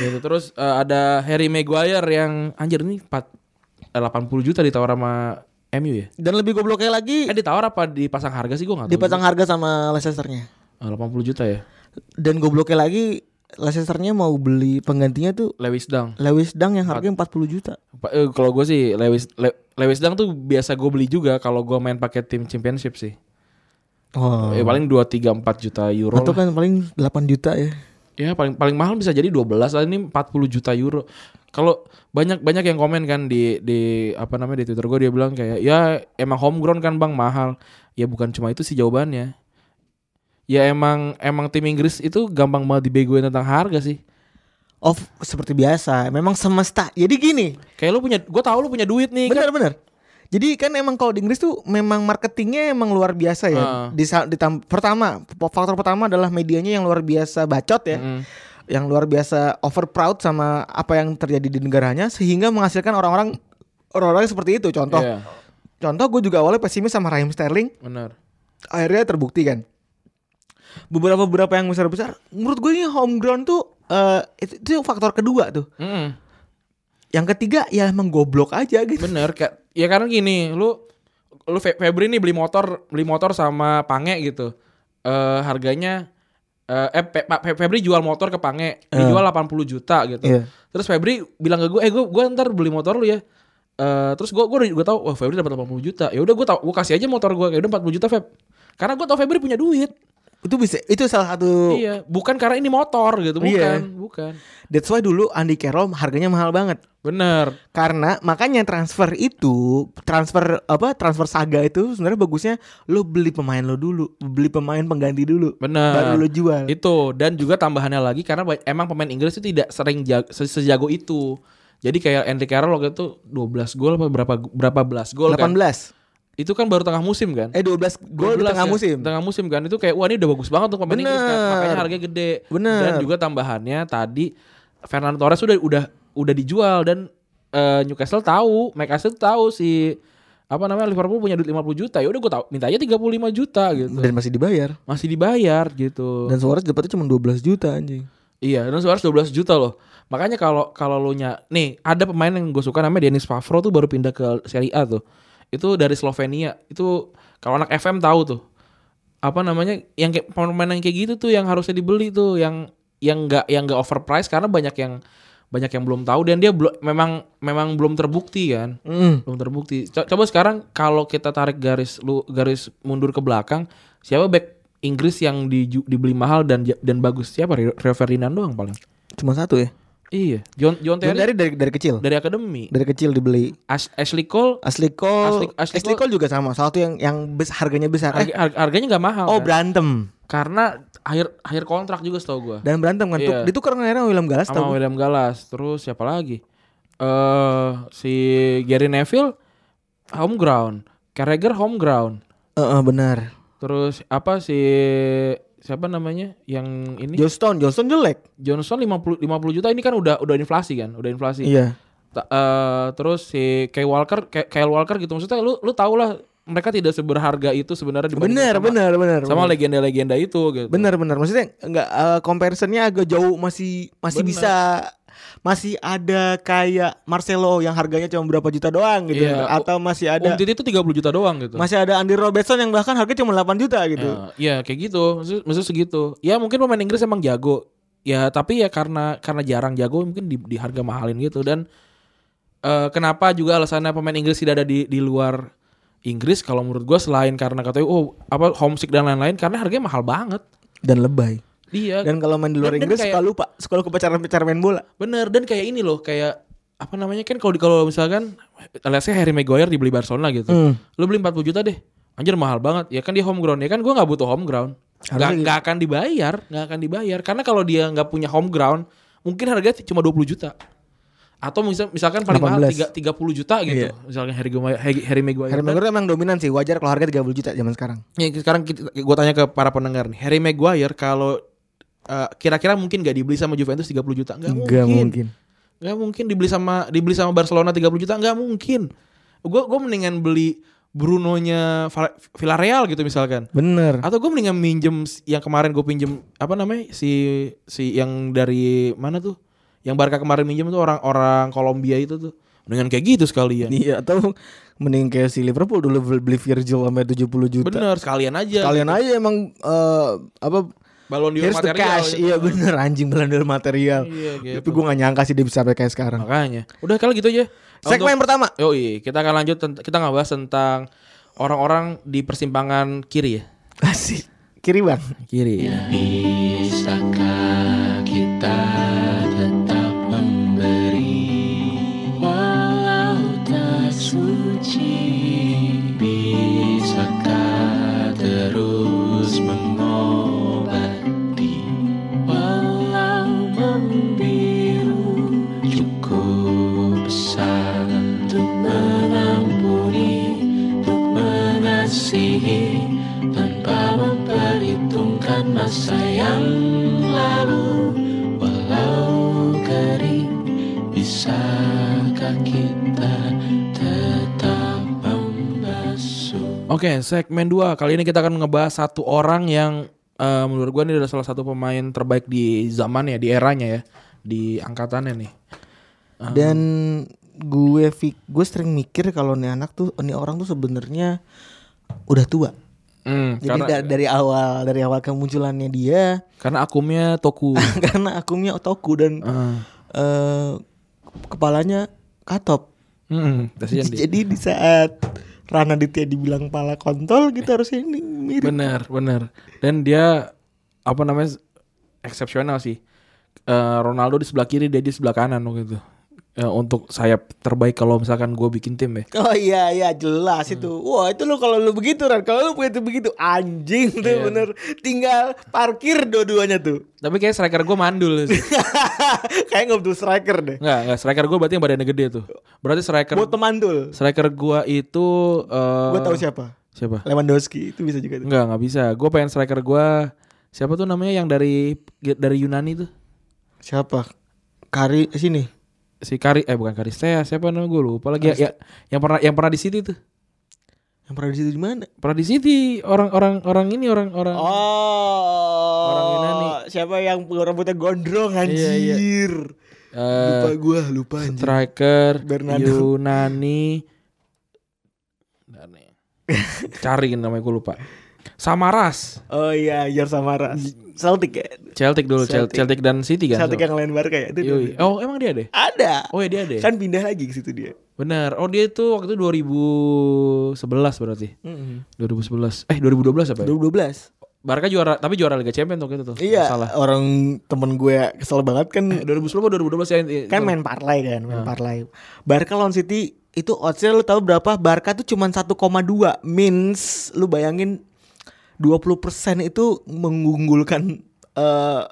Speaker 3: Gitu. Terus eh, ada Harry Maguire yang anjir nih 4 eh, 80 juta ditawar sama MU ya.
Speaker 2: Dan lebih gobloknya lagi
Speaker 3: Eh ditawar apa dipasang harga sih gue nggak tahu.
Speaker 2: Iya. dipasang harga sama Leicesternya.
Speaker 3: Eh, 80 juta ya.
Speaker 2: Dan gobloknya lagi Leicesternya mau beli penggantinya tuh
Speaker 3: Lewis Dang.
Speaker 2: Lewis Dang yang harganya 40 juta.
Speaker 3: Pa- eh, kalau gue sih Lewis Le- Lewis Dang tuh biasa gue beli juga kalau gue main pakai tim championship sih.
Speaker 2: Oh.
Speaker 3: Eh, paling 2 3 4 juta euro.
Speaker 2: Atau kan
Speaker 3: lah.
Speaker 2: paling 8 juta ya.
Speaker 3: Ya paling paling mahal bisa jadi 12 lah ini 40 juta euro. Kalau banyak banyak yang komen kan di di apa namanya di Twitter gue dia bilang kayak ya emang homegrown kan Bang mahal. Ya bukan cuma itu sih jawabannya. Ya emang emang tim Inggris itu gampang banget dibegoin tentang harga sih.
Speaker 2: Of seperti biasa, memang semesta. Jadi gini,
Speaker 3: Kayak lu punya gue tahu lu punya duit nih kan.
Speaker 2: benar-benar. Jadi kan emang kalau di Inggris tuh memang marketingnya emang luar biasa ya.
Speaker 3: Ah.
Speaker 2: Disa- ditam- pertama po- faktor pertama adalah medianya yang luar biasa bacot ya. Yang luar biasa over proud sama apa yang terjadi di negaranya sehingga menghasilkan orang-orang orang-orang seperti itu. Contoh,
Speaker 3: Iya,
Speaker 2: contoh gue juga awalnya pesimis sama Raheem Sterling,
Speaker 3: benar.
Speaker 2: akhirnya terbukti kan. Beberapa beberapa yang besar-besar, menurut gue ini home ground tuh eh, itu, itu faktor kedua tuh.
Speaker 3: Mm-mm.
Speaker 2: Yang ketiga ya emang goblok aja gitu.
Speaker 3: Bener Kak. Ya karena gini, lu lu Fe- Febri nih beli motor, beli motor sama Pange gitu. Eh harganya eh eh, Pe- Pak Fe- Febri jual motor ke Pange, dijual 80 juta gitu.
Speaker 2: Eh. Iya.
Speaker 3: Terus Febri bilang ke gue, "Eh, gue gue ntar beli motor lu ya." Eh terus gue gue gue tahu, wah Febri dapat 80 juta. Ya udah gue tahu, gue kasih aja motor gue. Ya udah 40 juta, Feb. Karena gue tau Febri punya duit.
Speaker 2: Itu bisa itu salah satu
Speaker 3: Iya, bukan karena ini motor gitu, bukan,
Speaker 2: Iya.
Speaker 3: bukan.
Speaker 2: That's why dulu Andy Carroll harganya mahal banget.
Speaker 3: Bener.
Speaker 2: Karena makanya transfer itu transfer apa transfer saga itu sebenarnya bagusnya lo beli pemain lo dulu, beli pemain pengganti dulu.
Speaker 3: Bener.
Speaker 2: Baru lo jual.
Speaker 3: Itu dan juga tambahannya lagi karena ba- emang pemain Inggris itu tidak sering jag- se- sejago itu. Jadi kayak Andy Carroll waktu itu 12 gol apa berapa berapa belas gol
Speaker 2: 18.
Speaker 3: kan. Itu kan baru tengah musim kan?
Speaker 2: Eh 12 gol di
Speaker 3: 12
Speaker 2: tengah
Speaker 3: ya,
Speaker 2: musim.
Speaker 3: Tengah musim kan itu kayak wah ini udah bagus banget untuk pemain Inggris kan.
Speaker 2: Bener.
Speaker 3: Makanya harganya gede.
Speaker 2: Bener.
Speaker 3: Dan juga tambahannya tadi Fernando Torres udah udah udah dijual dan eh, Newcastle tahu, Newcastle tahu si apa namanya Liverpool punya duit 50 juta. Ya udah gue tahu minta aja 35 juta gitu.
Speaker 2: Dan masih dibayar.
Speaker 3: Masih dibayar gitu.
Speaker 2: Dan Suarez dapatnya cuma 12 juta anjing.
Speaker 3: Iya, dan Suarez 12 juta loh. Makanya kalau kalau lu nya nih ada pemain yang gue suka namanya Denis Favro tuh baru pindah ke Serie A tuh. Itu dari Slovenia. Itu kalau anak FM tahu tuh. Apa namanya yang kayak pemain yang kayak gitu tuh yang harusnya dibeli tuh yang yang enggak yang enggak overpriced karena banyak yang banyak yang belum tahu dan dia belum memang memang belum terbukti kan belum terbukti. Co- Coba sekarang kalau kita tarik garis lu garis mundur ke belakang, siapa back Inggris yang diju- dibeli mahal dan ja- dan bagus siapa? Rio Rio Ferdinand doang paling.
Speaker 2: Cuma satu ya.
Speaker 3: Iya, John John
Speaker 2: Dari, dari
Speaker 3: Terry
Speaker 2: dari dari kecil.
Speaker 3: dari akademi.
Speaker 2: Dari kecil dibeli.
Speaker 3: Ash- Ashley Cole
Speaker 2: Asli Cole,
Speaker 3: Ashley- Ashley
Speaker 2: Ashley Cole juga sama. Salah satu yang yang bes- harganya besar. Eh,
Speaker 3: harga- har- harganya nggak mahal.
Speaker 2: oh
Speaker 3: kan?
Speaker 2: berantem.
Speaker 3: Karena akhir akhir kontrak juga setahu gua.
Speaker 2: Dan berantem kan.
Speaker 3: Iya.
Speaker 2: Itu karena akhirnya William Gallas
Speaker 3: Sama
Speaker 2: tau.
Speaker 3: William Gallas, terus siapa lagi? Eh si Gary Neville home ground, Carragher home ground.
Speaker 2: Heeh, benar.
Speaker 3: Terus apa si siapa namanya yang ini
Speaker 2: Johnston, Johnston jelek.
Speaker 3: Johnson 50 50 juta ini kan udah udah inflasi kan, udah inflasi.
Speaker 2: Iya.
Speaker 3: Ta- eh, terus si Kyle Walker, Ky- Kyle Walker gitu maksudnya lu lu tau lah mereka tidak seberharga itu sebenarnya dibanding
Speaker 2: Benar,
Speaker 3: sama,
Speaker 2: benar, benar.
Speaker 3: sama legenda-legenda itu gitu.
Speaker 2: Benar, benar. Maksudnya enggak eh, comparisonnya agak jauh masih masih
Speaker 3: Benar.
Speaker 2: bisa masih ada kayak Marcelo yang harganya cuma berapa juta doang gitu
Speaker 3: Iya.
Speaker 2: atau masih ada
Speaker 3: Umtiti itu 30 juta doang gitu.
Speaker 2: masih ada Andy Robertson yang bahkan harganya cuma 8 juta gitu.
Speaker 3: Ya, ya kayak gitu. Maksud, maksud segitu. Ya mungkin pemain Inggris emang jago. Ya tapi ya karena karena jarang jago mungkin di, di harga mahalin gitu dan eh, kenapa juga alasannya pemain Inggris tidak ada di di luar Inggris kalau menurut gua selain karena katanya oh apa homesick dan lain-lain karena harganya mahal banget.
Speaker 2: Dan lebay.
Speaker 3: Iya.
Speaker 2: Dan kalau main di luar
Speaker 3: Dan- dan
Speaker 2: Inggris
Speaker 3: kayak-
Speaker 2: suka lupa, suka lupa cara cara main bola.
Speaker 3: Bener dan kayak ini loh kayak apa namanya kan kalau di- kalau misalkan let's say Harry Maguire dibeli Barcelona gitu.
Speaker 2: Hmm.
Speaker 3: Lu beli 40 juta deh. Anjir mahal banget. Ya kan dia home ground. Ya kan gua nggak butuh home ground. Nggak
Speaker 2: Harusnya gitu.
Speaker 3: nggak akan dibayar, nggak akan dibayar karena kalau dia nggak punya home ground, mungkin harganya cuma 20 juta. Atau misal, misalkan paling mahal
Speaker 2: 18.
Speaker 3: tiga- 30 juta
Speaker 2: Iya.
Speaker 3: gitu. Misalkan Harry Maguire, Harry, Harry Maguire.
Speaker 2: Harry Maguire emang dominan sih, wajar kalau harga 30 juta zaman sekarang.
Speaker 3: Ya, sekarang kita, gua tanya ke para pendengar nih. Harry Maguire kalau eh, kira-kira mungkin nggak dibeli sama Juventus 30 juta? Nggak mungkin. Gak mungkin dibeli sama dibeli sama Barcelona 30 juta nggak mungkin. Gue gue mendingan beli Brunonya Val- Villarreal gitu misalkan.
Speaker 2: Bener.
Speaker 3: Atau gue mendingan minjem s- yang kemarin gue pinjem apa namanya si si yang dari mana tuh? Yang Barca kemarin minjem tuh orang-orang Kolombia itu tuh. Dengan kayak gitu sekalian.
Speaker 2: Iya atau mending kayak si Liverpool dulu beli- beli Virgil sampai 70 juta.
Speaker 3: Bener sekalian aja.
Speaker 2: Kalian aja emang eh, apa
Speaker 3: Balon Iya. di gitu.
Speaker 2: Here's the cash, iya bener anjing belandir material.
Speaker 3: Iya, gitu.
Speaker 2: Tapi gue gak nyangka sih dia bisa sampai kayak sekarang.
Speaker 3: Makanya. Udah kalau gitu aja.
Speaker 2: Segmen
Speaker 3: Untuk-
Speaker 2: pertama.
Speaker 3: Yoi, kita akan lanjut tenta- kita nggak bahas tentang orang-orang di persimpangan kiri ya.
Speaker 2: Asik. Kiri bang.
Speaker 3: Kiri. Ya.
Speaker 4: Bisakah kita tetap memberi
Speaker 3: Oke, segmen 2 kali ini kita akan ngebahas satu orang yang eh, menurut gua ini adalah salah satu pemain terbaik di zamannya, di eranya ya, di angkatannya nih.
Speaker 5: Dan gue fik gue sering mikir kalau nih anak tuh nih orang tuh sebenarnya udah tua.
Speaker 3: Hmm,
Speaker 5: Jadi
Speaker 3: karena
Speaker 5: da- dari awal dari awal kemunculannya dia
Speaker 3: karena akumnya Toku.
Speaker 5: karena akumnya otoku dan
Speaker 3: Heeh.
Speaker 5: eh, kepalanya katop.
Speaker 3: Hmm, kasihan dia.
Speaker 5: Jadi di saat Rana Ditya dibilang pala kontol kita harus ini mirip.
Speaker 3: Bener, bener. Dan dia apa namanya eksepsional sih. Eh, Ronaldo di sebelah kiri, dia di sebelah kanan waktu itu. Eh, untuk sayap terbaik kalau misalkan gue bikin tim ya.
Speaker 5: Oh iya iya jelas itu. Wah itu lu kalau lu begitu Ran, kalau lu punya itu begitu anjing tuh bener. Tinggal parkir dua-duanya tuh.
Speaker 3: Tapi kayak striker gue mandul sih.
Speaker 5: Kayak ngobdul striker deh.
Speaker 3: Enggak, enggak striker gue berarti yang badannya gede tuh. Berarti striker
Speaker 5: Buat temantul.
Speaker 3: striker gue itu eh
Speaker 5: Gue tahu siapa.
Speaker 3: Siapa?
Speaker 5: Lewandowski itu bisa juga tuh.
Speaker 3: Enggak, enggak bisa. Gue pengen striker gue siapa tuh namanya yang dari dari Yunani tuh?
Speaker 5: Siapa? Kari eh, sini.
Speaker 3: Si Kari eh bukan Karistea, siapa namanya gue lupa lagi. Ya, ya- yang pernah yang pernah di City tuh.
Speaker 5: Yang pernah di situ di mana?
Speaker 3: Pernah di City orang-orang orang ini orang-orang
Speaker 5: Oh.
Speaker 3: Orang Yunani.
Speaker 5: Siapa yang rambutnya gondrong anjir.
Speaker 3: eh,
Speaker 5: Lupa gue, lupa anjir.
Speaker 3: striker
Speaker 5: Bernardo.
Speaker 3: Yunani Bentar nih. cari namanya gue lupa Samaras
Speaker 5: Oh iya, Yor Samaras. Celtic ya?
Speaker 3: Celtic dulu Celtic, Celtic
Speaker 5: Celtic.
Speaker 3: dan City kan
Speaker 5: Iya, Celtic yang lain Barca ya? Itu dia.
Speaker 3: Yoi. oh emang dia deh
Speaker 5: Ada.
Speaker 3: oh ya dia deh
Speaker 5: Kan pindah lagi ke situ dia.
Speaker 3: benar oh dia itu waktu itu 2011 berarti 2011 eh 2012 apa ya
Speaker 5: 2012.
Speaker 3: Barca juara tapi juara Liga Champions waktu itu tuh
Speaker 5: Iya,
Speaker 3: Nggak salah Eh,
Speaker 5: orang temen gue kesel banget kan
Speaker 3: 2010 atau 2012 ya itu. Ah.
Speaker 5: kan main parlay kan, main parlay. Barca lawan City itu oddsnya lu tahu berapa? Barca tuh cuman 1,2. Means lu bayangin 20% itu mengunggulkan eh,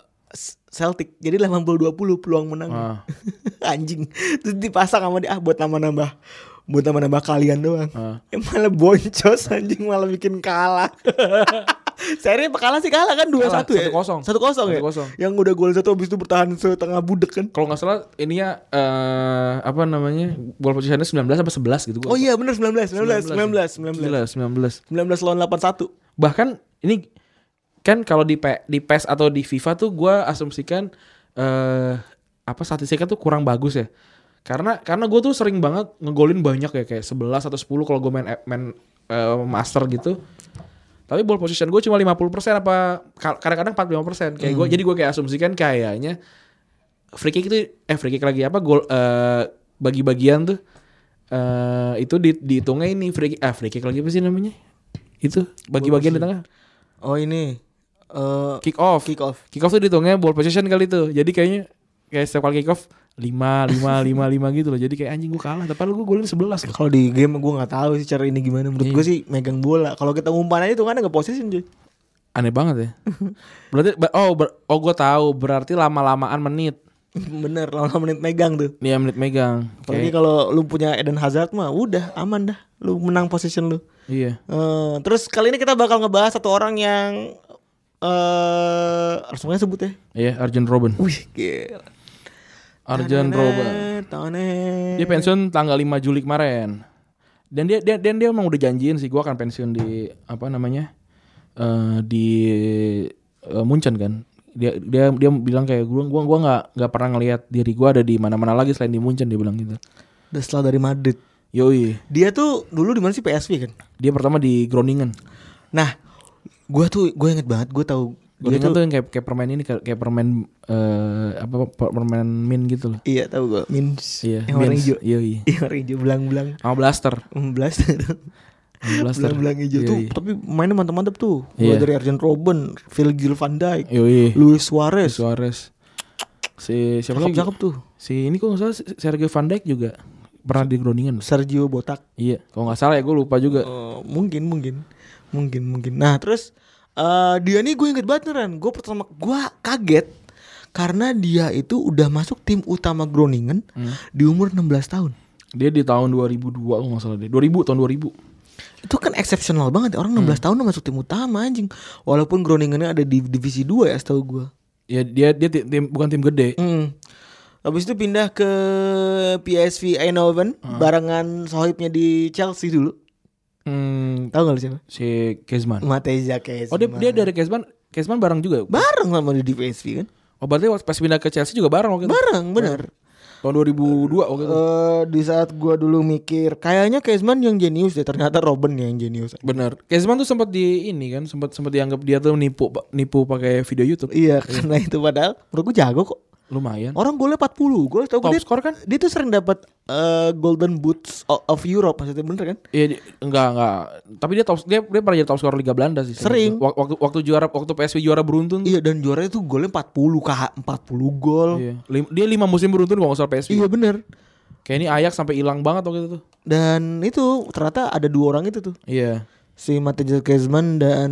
Speaker 5: Celtic. Jadi 80-20 peluang menang.
Speaker 3: Ah.
Speaker 5: Anjing. Terus dipasang sama dia ah buat nambah-nambah buat nambah-nambah kalian doang.
Speaker 3: Ah.
Speaker 5: Ya, malah boncos anjing malah bikin kalah. Seri kalah sih kalah kan
Speaker 3: Kalah,
Speaker 5: 2-1 ya.
Speaker 3: 1-0.
Speaker 5: 1-0 ya.
Speaker 3: 1-0.
Speaker 5: Yang udah gol satu habis itu bertahan setengah budek kan.
Speaker 3: kalau nggak salah ini ya eh, apa namanya ball positionnya 19 apa 11 gitu gua
Speaker 5: Oh iya benar 19 19 19 19
Speaker 3: 19 19
Speaker 5: 19 lawan 81.
Speaker 3: bahkan ini kan kalau di P- di PES atau di FIFA tuh gua asumsikan eh apa statistiknya tuh kurang bagus ya karena karena gue tuh sering banget ngegolin banyak ya kayak 11 atau 10 kalau gue main main eh, master gitu tapi ball position gue cuma 50% apa ka- kadang-kadang 45% kayak gue jadi gue kayak asumsikan kayaknya free kick itu eh free kick lagi apa gol eh, bagi-bagian tuh eh itu di, dihitungnya ini free kick, ah free kick lagi apa sih namanya itu bagi-bagian di tengah
Speaker 5: Oh ini eh
Speaker 3: kick off
Speaker 5: kick off.
Speaker 3: kick off tuh dihitungnya ball position kali itu jadi kayaknya kayak setiap kali kick off 5 5 5 5 gitu loh jadi kayak anjing gue kalah tapi gue golin 11 loh
Speaker 5: Kalau di game gue nggak tahu sih cara ini gimana. Menurut gue sih megang bola. Kalau kita umpan aja tuh kan nggak posisi cuy.
Speaker 3: aneh banget ya berarti ber- oh ber- oh gue tahu berarti lama-lamaan menit
Speaker 5: Bener lawan menit megang tuh.
Speaker 3: dia menit megang
Speaker 5: Apalagi
Speaker 3: Kayak-
Speaker 5: kalau lu punya Eden Hazard mah udah aman dah. Lu menang position lu.
Speaker 3: iya
Speaker 5: Eh, terus kali ini kita bakal ngebahas satu orang yang eh langsungnya sebut ya.
Speaker 3: iya Arjen Robben
Speaker 5: Wih, gila.
Speaker 3: Arjen Robben
Speaker 5: Tane.
Speaker 3: Dia pensiun tanggal 5 Juli kemarin. Dan dia dia dan dia emang udah janjiin sih gua akan pensiun di apa namanya? eh di eh, Munchen kan. Dia dia dia bilang kayak gua gua gua nggak nggak pernah ngelihat diri gua ada di mana-mana lagi selain di Munchen dia bilang gitu.
Speaker 5: Udah setelah dari Madrid.
Speaker 3: Yoi.
Speaker 5: Dia tuh dulu di mana sih PSV kan?
Speaker 3: Dia pertama di Groningen.
Speaker 5: Nah, gua tuh gue inget banget, gue tahu dia
Speaker 3: Groningen
Speaker 5: tuh
Speaker 3: tuh yang kayak kayak permen ini kayak, kayak permen eh, apa permen min gitu loh.
Speaker 5: iya tahu gue Mins
Speaker 3: Iya.
Speaker 5: yang warna
Speaker 3: Mints.
Speaker 5: hijau.
Speaker 3: Yoi.
Speaker 5: Yang warna hijau belang-belang.
Speaker 3: Sama blaster.
Speaker 5: Mm, Blaster.
Speaker 3: Iya, Sama blaster.
Speaker 5: Belang-belang hijau tuh,
Speaker 3: Yoi.
Speaker 5: tapi mainnya mantap-mantap tuh. Mulai
Speaker 3: Iya.
Speaker 5: dari Arjen Robben, Virgil van Dijk,
Speaker 3: Yoi.
Speaker 5: Luis Suarez.
Speaker 3: Suarez. Si siapa lagi?
Speaker 5: Cakep-cakep tuh.
Speaker 3: Si ini kok nggak salah Sergio Van Dijk juga pernah di Groningen.
Speaker 5: Sergio Botak.
Speaker 3: Iya, kalau nggak salah ya gue lupa juga.
Speaker 5: Eh, mungkin mungkin mungkin mungkin nah terus eh dia nih gue inget banget nih gue pertama gue kaget karena dia itu udah masuk tim utama Groningen
Speaker 3: Hmm.
Speaker 5: di umur 16 tahun
Speaker 3: Dia di tahun 2002 kalau nggak salah deh. 2000 tahun 2000.
Speaker 5: itu kan eksepsional banget ya. orang 16 tahun udah masuk tim utama anjing walaupun
Speaker 3: Iya,
Speaker 5: Groningennya ada di divisi 2 ya setahu gue
Speaker 3: Ya dia dia ti- tim, bukan tim gede.
Speaker 5: Hmm. Habis itu pindah ke PSV Eindhoven barengan sohibnya di Chelsea dulu.
Speaker 3: Hmm,
Speaker 5: Tahu nggak lu siapa?
Speaker 3: si Kezman.
Speaker 5: Mateja Kees.
Speaker 3: Oh dia, dia dari Kezman, Kezman bareng juga.
Speaker 5: bareng sama dia di PSV kan?
Speaker 3: Oh berarti waktu pas pindah ke Chelsea juga bareng waktu itu. Iya.
Speaker 5: Bareng bener.
Speaker 3: Tahun 2002 waktu itu.
Speaker 5: Eh, di saat gua dulu mikir kayaknya Keesman yang jenius deh ternyata Robin yang jenius
Speaker 3: Bener. Kezman tuh sempat di ini kan, sempat sempat dianggap dia tuh nipu nipu pakai video YouTube.
Speaker 5: iya Oh, karena itu padahal menurut gua jago kok
Speaker 3: Lumayan.
Speaker 5: orang golnya 40 gol tau gua
Speaker 3: Top
Speaker 5: dia,
Speaker 3: score kan?
Speaker 5: dia tuh sering dapat eh, golden boots o- of Europe maksudnya bener kan
Speaker 3: Iya, di- enggak enggak. Tapi dia top dia, dia pernah jadi top skor Liga Belanda sih.
Speaker 5: Sering.
Speaker 3: Wak- Waktu waktu juara waktu PSV juara beruntun.
Speaker 5: iya dan juaranya tuh golnya 40 kah 40 gol
Speaker 3: Iya. Lim- Dia lima musim beruntun kalau nggak salah PSV.
Speaker 5: iya bener
Speaker 3: Kayak ini Ajax sampai hilang banget waktu itu tuh.
Speaker 5: dan itu ternyata ada dua orang itu tuh
Speaker 3: Iya.
Speaker 5: si Mateja Keesman dan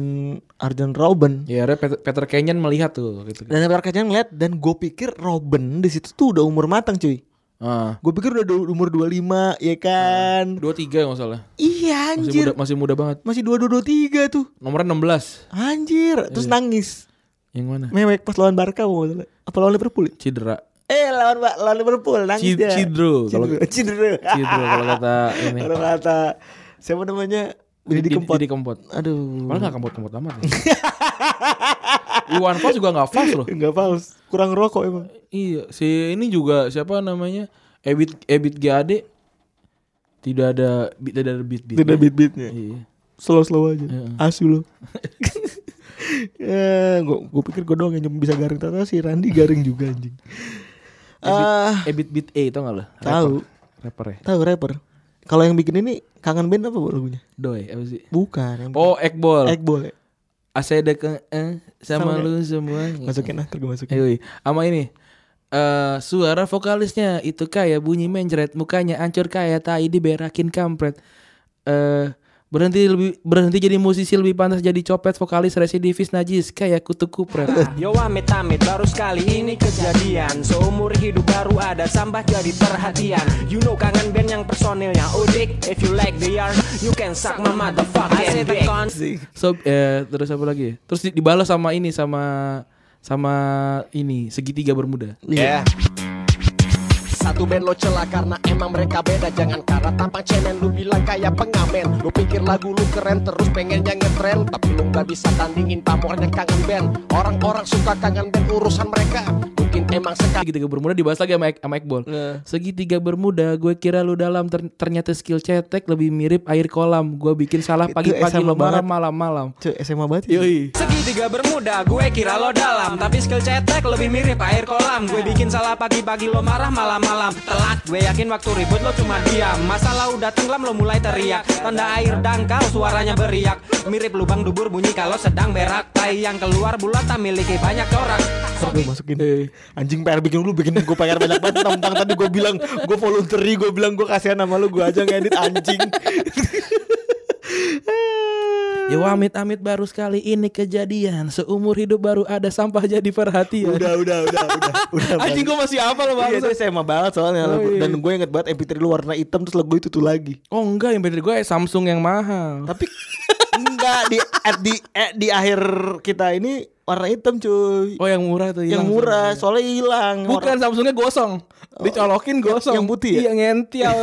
Speaker 5: Arjen Robben
Speaker 3: Iya, akhirnya Peter, Peter Kenyon melihat tuh gitu.
Speaker 5: dan akhirnya ngeliat dan gue pikir Robben di situ tuh udah umur matang cuy
Speaker 3: Ah,
Speaker 5: Gue pikir udah du- umur 25 ya kan.
Speaker 3: 23 nggak salah.
Speaker 5: Iya
Speaker 3: Ah. Masih
Speaker 5: anjir.
Speaker 3: muda masih muda banget.
Speaker 5: Masih 22 23 tuh.
Speaker 3: Nomornya 16.
Speaker 5: Anjir,
Speaker 3: Iya.
Speaker 5: terus nangis.
Speaker 3: Yang mana?
Speaker 5: Mewek pas lawan Barca kalau nggak salah. Apa lawan Liverpool? ya?
Speaker 3: Cedera.
Speaker 5: Eh, lawan Ba- lawan Liverpool nangis
Speaker 3: Cid-
Speaker 5: dia.
Speaker 3: Cidro, kalau-
Speaker 5: Cidro. Cidro.
Speaker 3: Cedera kalau kata ini.
Speaker 5: Orang kata siapa namanya? Beli di
Speaker 3: Didi-
Speaker 5: kempot.
Speaker 3: Didi Kempot.
Speaker 5: Aduh.
Speaker 3: Padahal nggak kempot-kempot amat. Ya. Iwan Fals juga nggak fals loh.
Speaker 5: Enggak paus. Eh, Kurang rokok emang.
Speaker 3: Iya, si ini juga siapa namanya? Ebit Ebit GAD tidak ada beat tidak ada beat beat.
Speaker 5: Tidak beat-beatnya.
Speaker 3: Iya.
Speaker 5: Slow-slow aja.
Speaker 3: Iya.
Speaker 5: Asu lo. ya, gua, gua pikir gua doang yang bisa garing ternyata si Randi garing juga anjing. Ah,
Speaker 3: Ebit beat A tau nggak lo?
Speaker 5: Tahu.
Speaker 3: Rapper. Rapper ya.
Speaker 5: Tahu rapper. Kalau yang bikin ini kangen band apa Bu, lagunya?
Speaker 3: Doi apa sih?
Speaker 5: Bukan. Yang
Speaker 3: Oh, Ekbol.
Speaker 5: Egg Boy.
Speaker 3: Asal ada ke eh, sama,
Speaker 5: Sama
Speaker 3: lu semua.
Speaker 5: Masukin ah, ntar gue masukin.
Speaker 3: Yoi. Sama ini. eh suara vokalisnya itu kayak bunyi mencret, mukanya ancur kayak tai diberakin kampret. Eh berhenti lebih berhenti jadi musisi lebih pantas jadi copet vokalis residivis najis kayak kutu kupret.
Speaker 6: Yo amit-amit baru sekali ini kejadian Seumur hidup baru ada sambah jadi perhatian You know kangen band yang personilnya udik If you like the yarn, you can suck my motherfucking dick
Speaker 3: So eh, terus apa lagi? ya? Terus di- dibalas sama ini sama sama ini segitiga bermuda.
Speaker 5: Nah.
Speaker 7: Ya.
Speaker 6: Yeah.
Speaker 7: Satu band lo celah karena emang mereka beda Jangan karena tampang cemen lu bilang kayak pengamen Lu pikir lagu lu keren terus pengennya ngetren Tapi lu gak bisa tandingin pamornya kangen band Orang-orang suka kangen band urusan mereka Mungkin emang sekali
Speaker 3: Segitiga bermuda dibahas lagi sama Ek- sama Ekbol.
Speaker 5: Nah.
Speaker 3: Segitiga bermuda, gue kira lu dalam ter- ternyata skill cetek lebih mirip air kolam. Gue bikin salah
Speaker 5: Itu
Speaker 3: pagi-pagi lo
Speaker 5: SMA
Speaker 3: marah
Speaker 5: banget.
Speaker 3: malam-malam.
Speaker 5: Cuy, SMA banget. ya.
Speaker 3: Yoi.
Speaker 6: Segitiga bermuda, gue kira lo dalam Tapi skill cetek lebih mirip air kolam Gue bikin salah pagi-pagi lo marah malam-malam Telat, gue yakin waktu ribut lo cuma diam Masalah udah tenggelam lo mulai teriak Tanda air dangkal suaranya beriak Mirip lubang dubur bunyi kalau sedang berak Tai yang keluar bulat tak miliki banyak corak
Speaker 5: Ntar gue masukin.
Speaker 3: Eh.
Speaker 5: Anjing PR bikin lu bikin gue PR banyak banget tentang tadi gue bilang gue voluntary gue bilang gue kasihan sama lu gue aja ngedit anjing.
Speaker 3: Ya amit-amit baru sekali ini kejadian. Seumur hidup baru ada sampah jadi perhatian.
Speaker 5: udah udah udah udah udah.
Speaker 3: Anjing gue masih apa lo
Speaker 5: Iya,
Speaker 3: bang?
Speaker 5: itu SMA banget soalnya
Speaker 3: Oh, iya.
Speaker 5: dan gue inget banget MP3 lu warna hitam terus lagu itu tuh lagi.
Speaker 3: Oh enggak, yang bener gue Samsung yang mahal.
Speaker 5: Tapi enggak di at di at di akhir kita ini warna hitam cuy.
Speaker 3: Oh yang murah tuh
Speaker 5: yang
Speaker 3: hilang.
Speaker 5: murah soalnya hilang.
Speaker 3: Bukan Samsungnya gosong. Dicolokin gosong.
Speaker 5: Oh, yang putih
Speaker 3: Iya
Speaker 5: ya?
Speaker 3: ngential.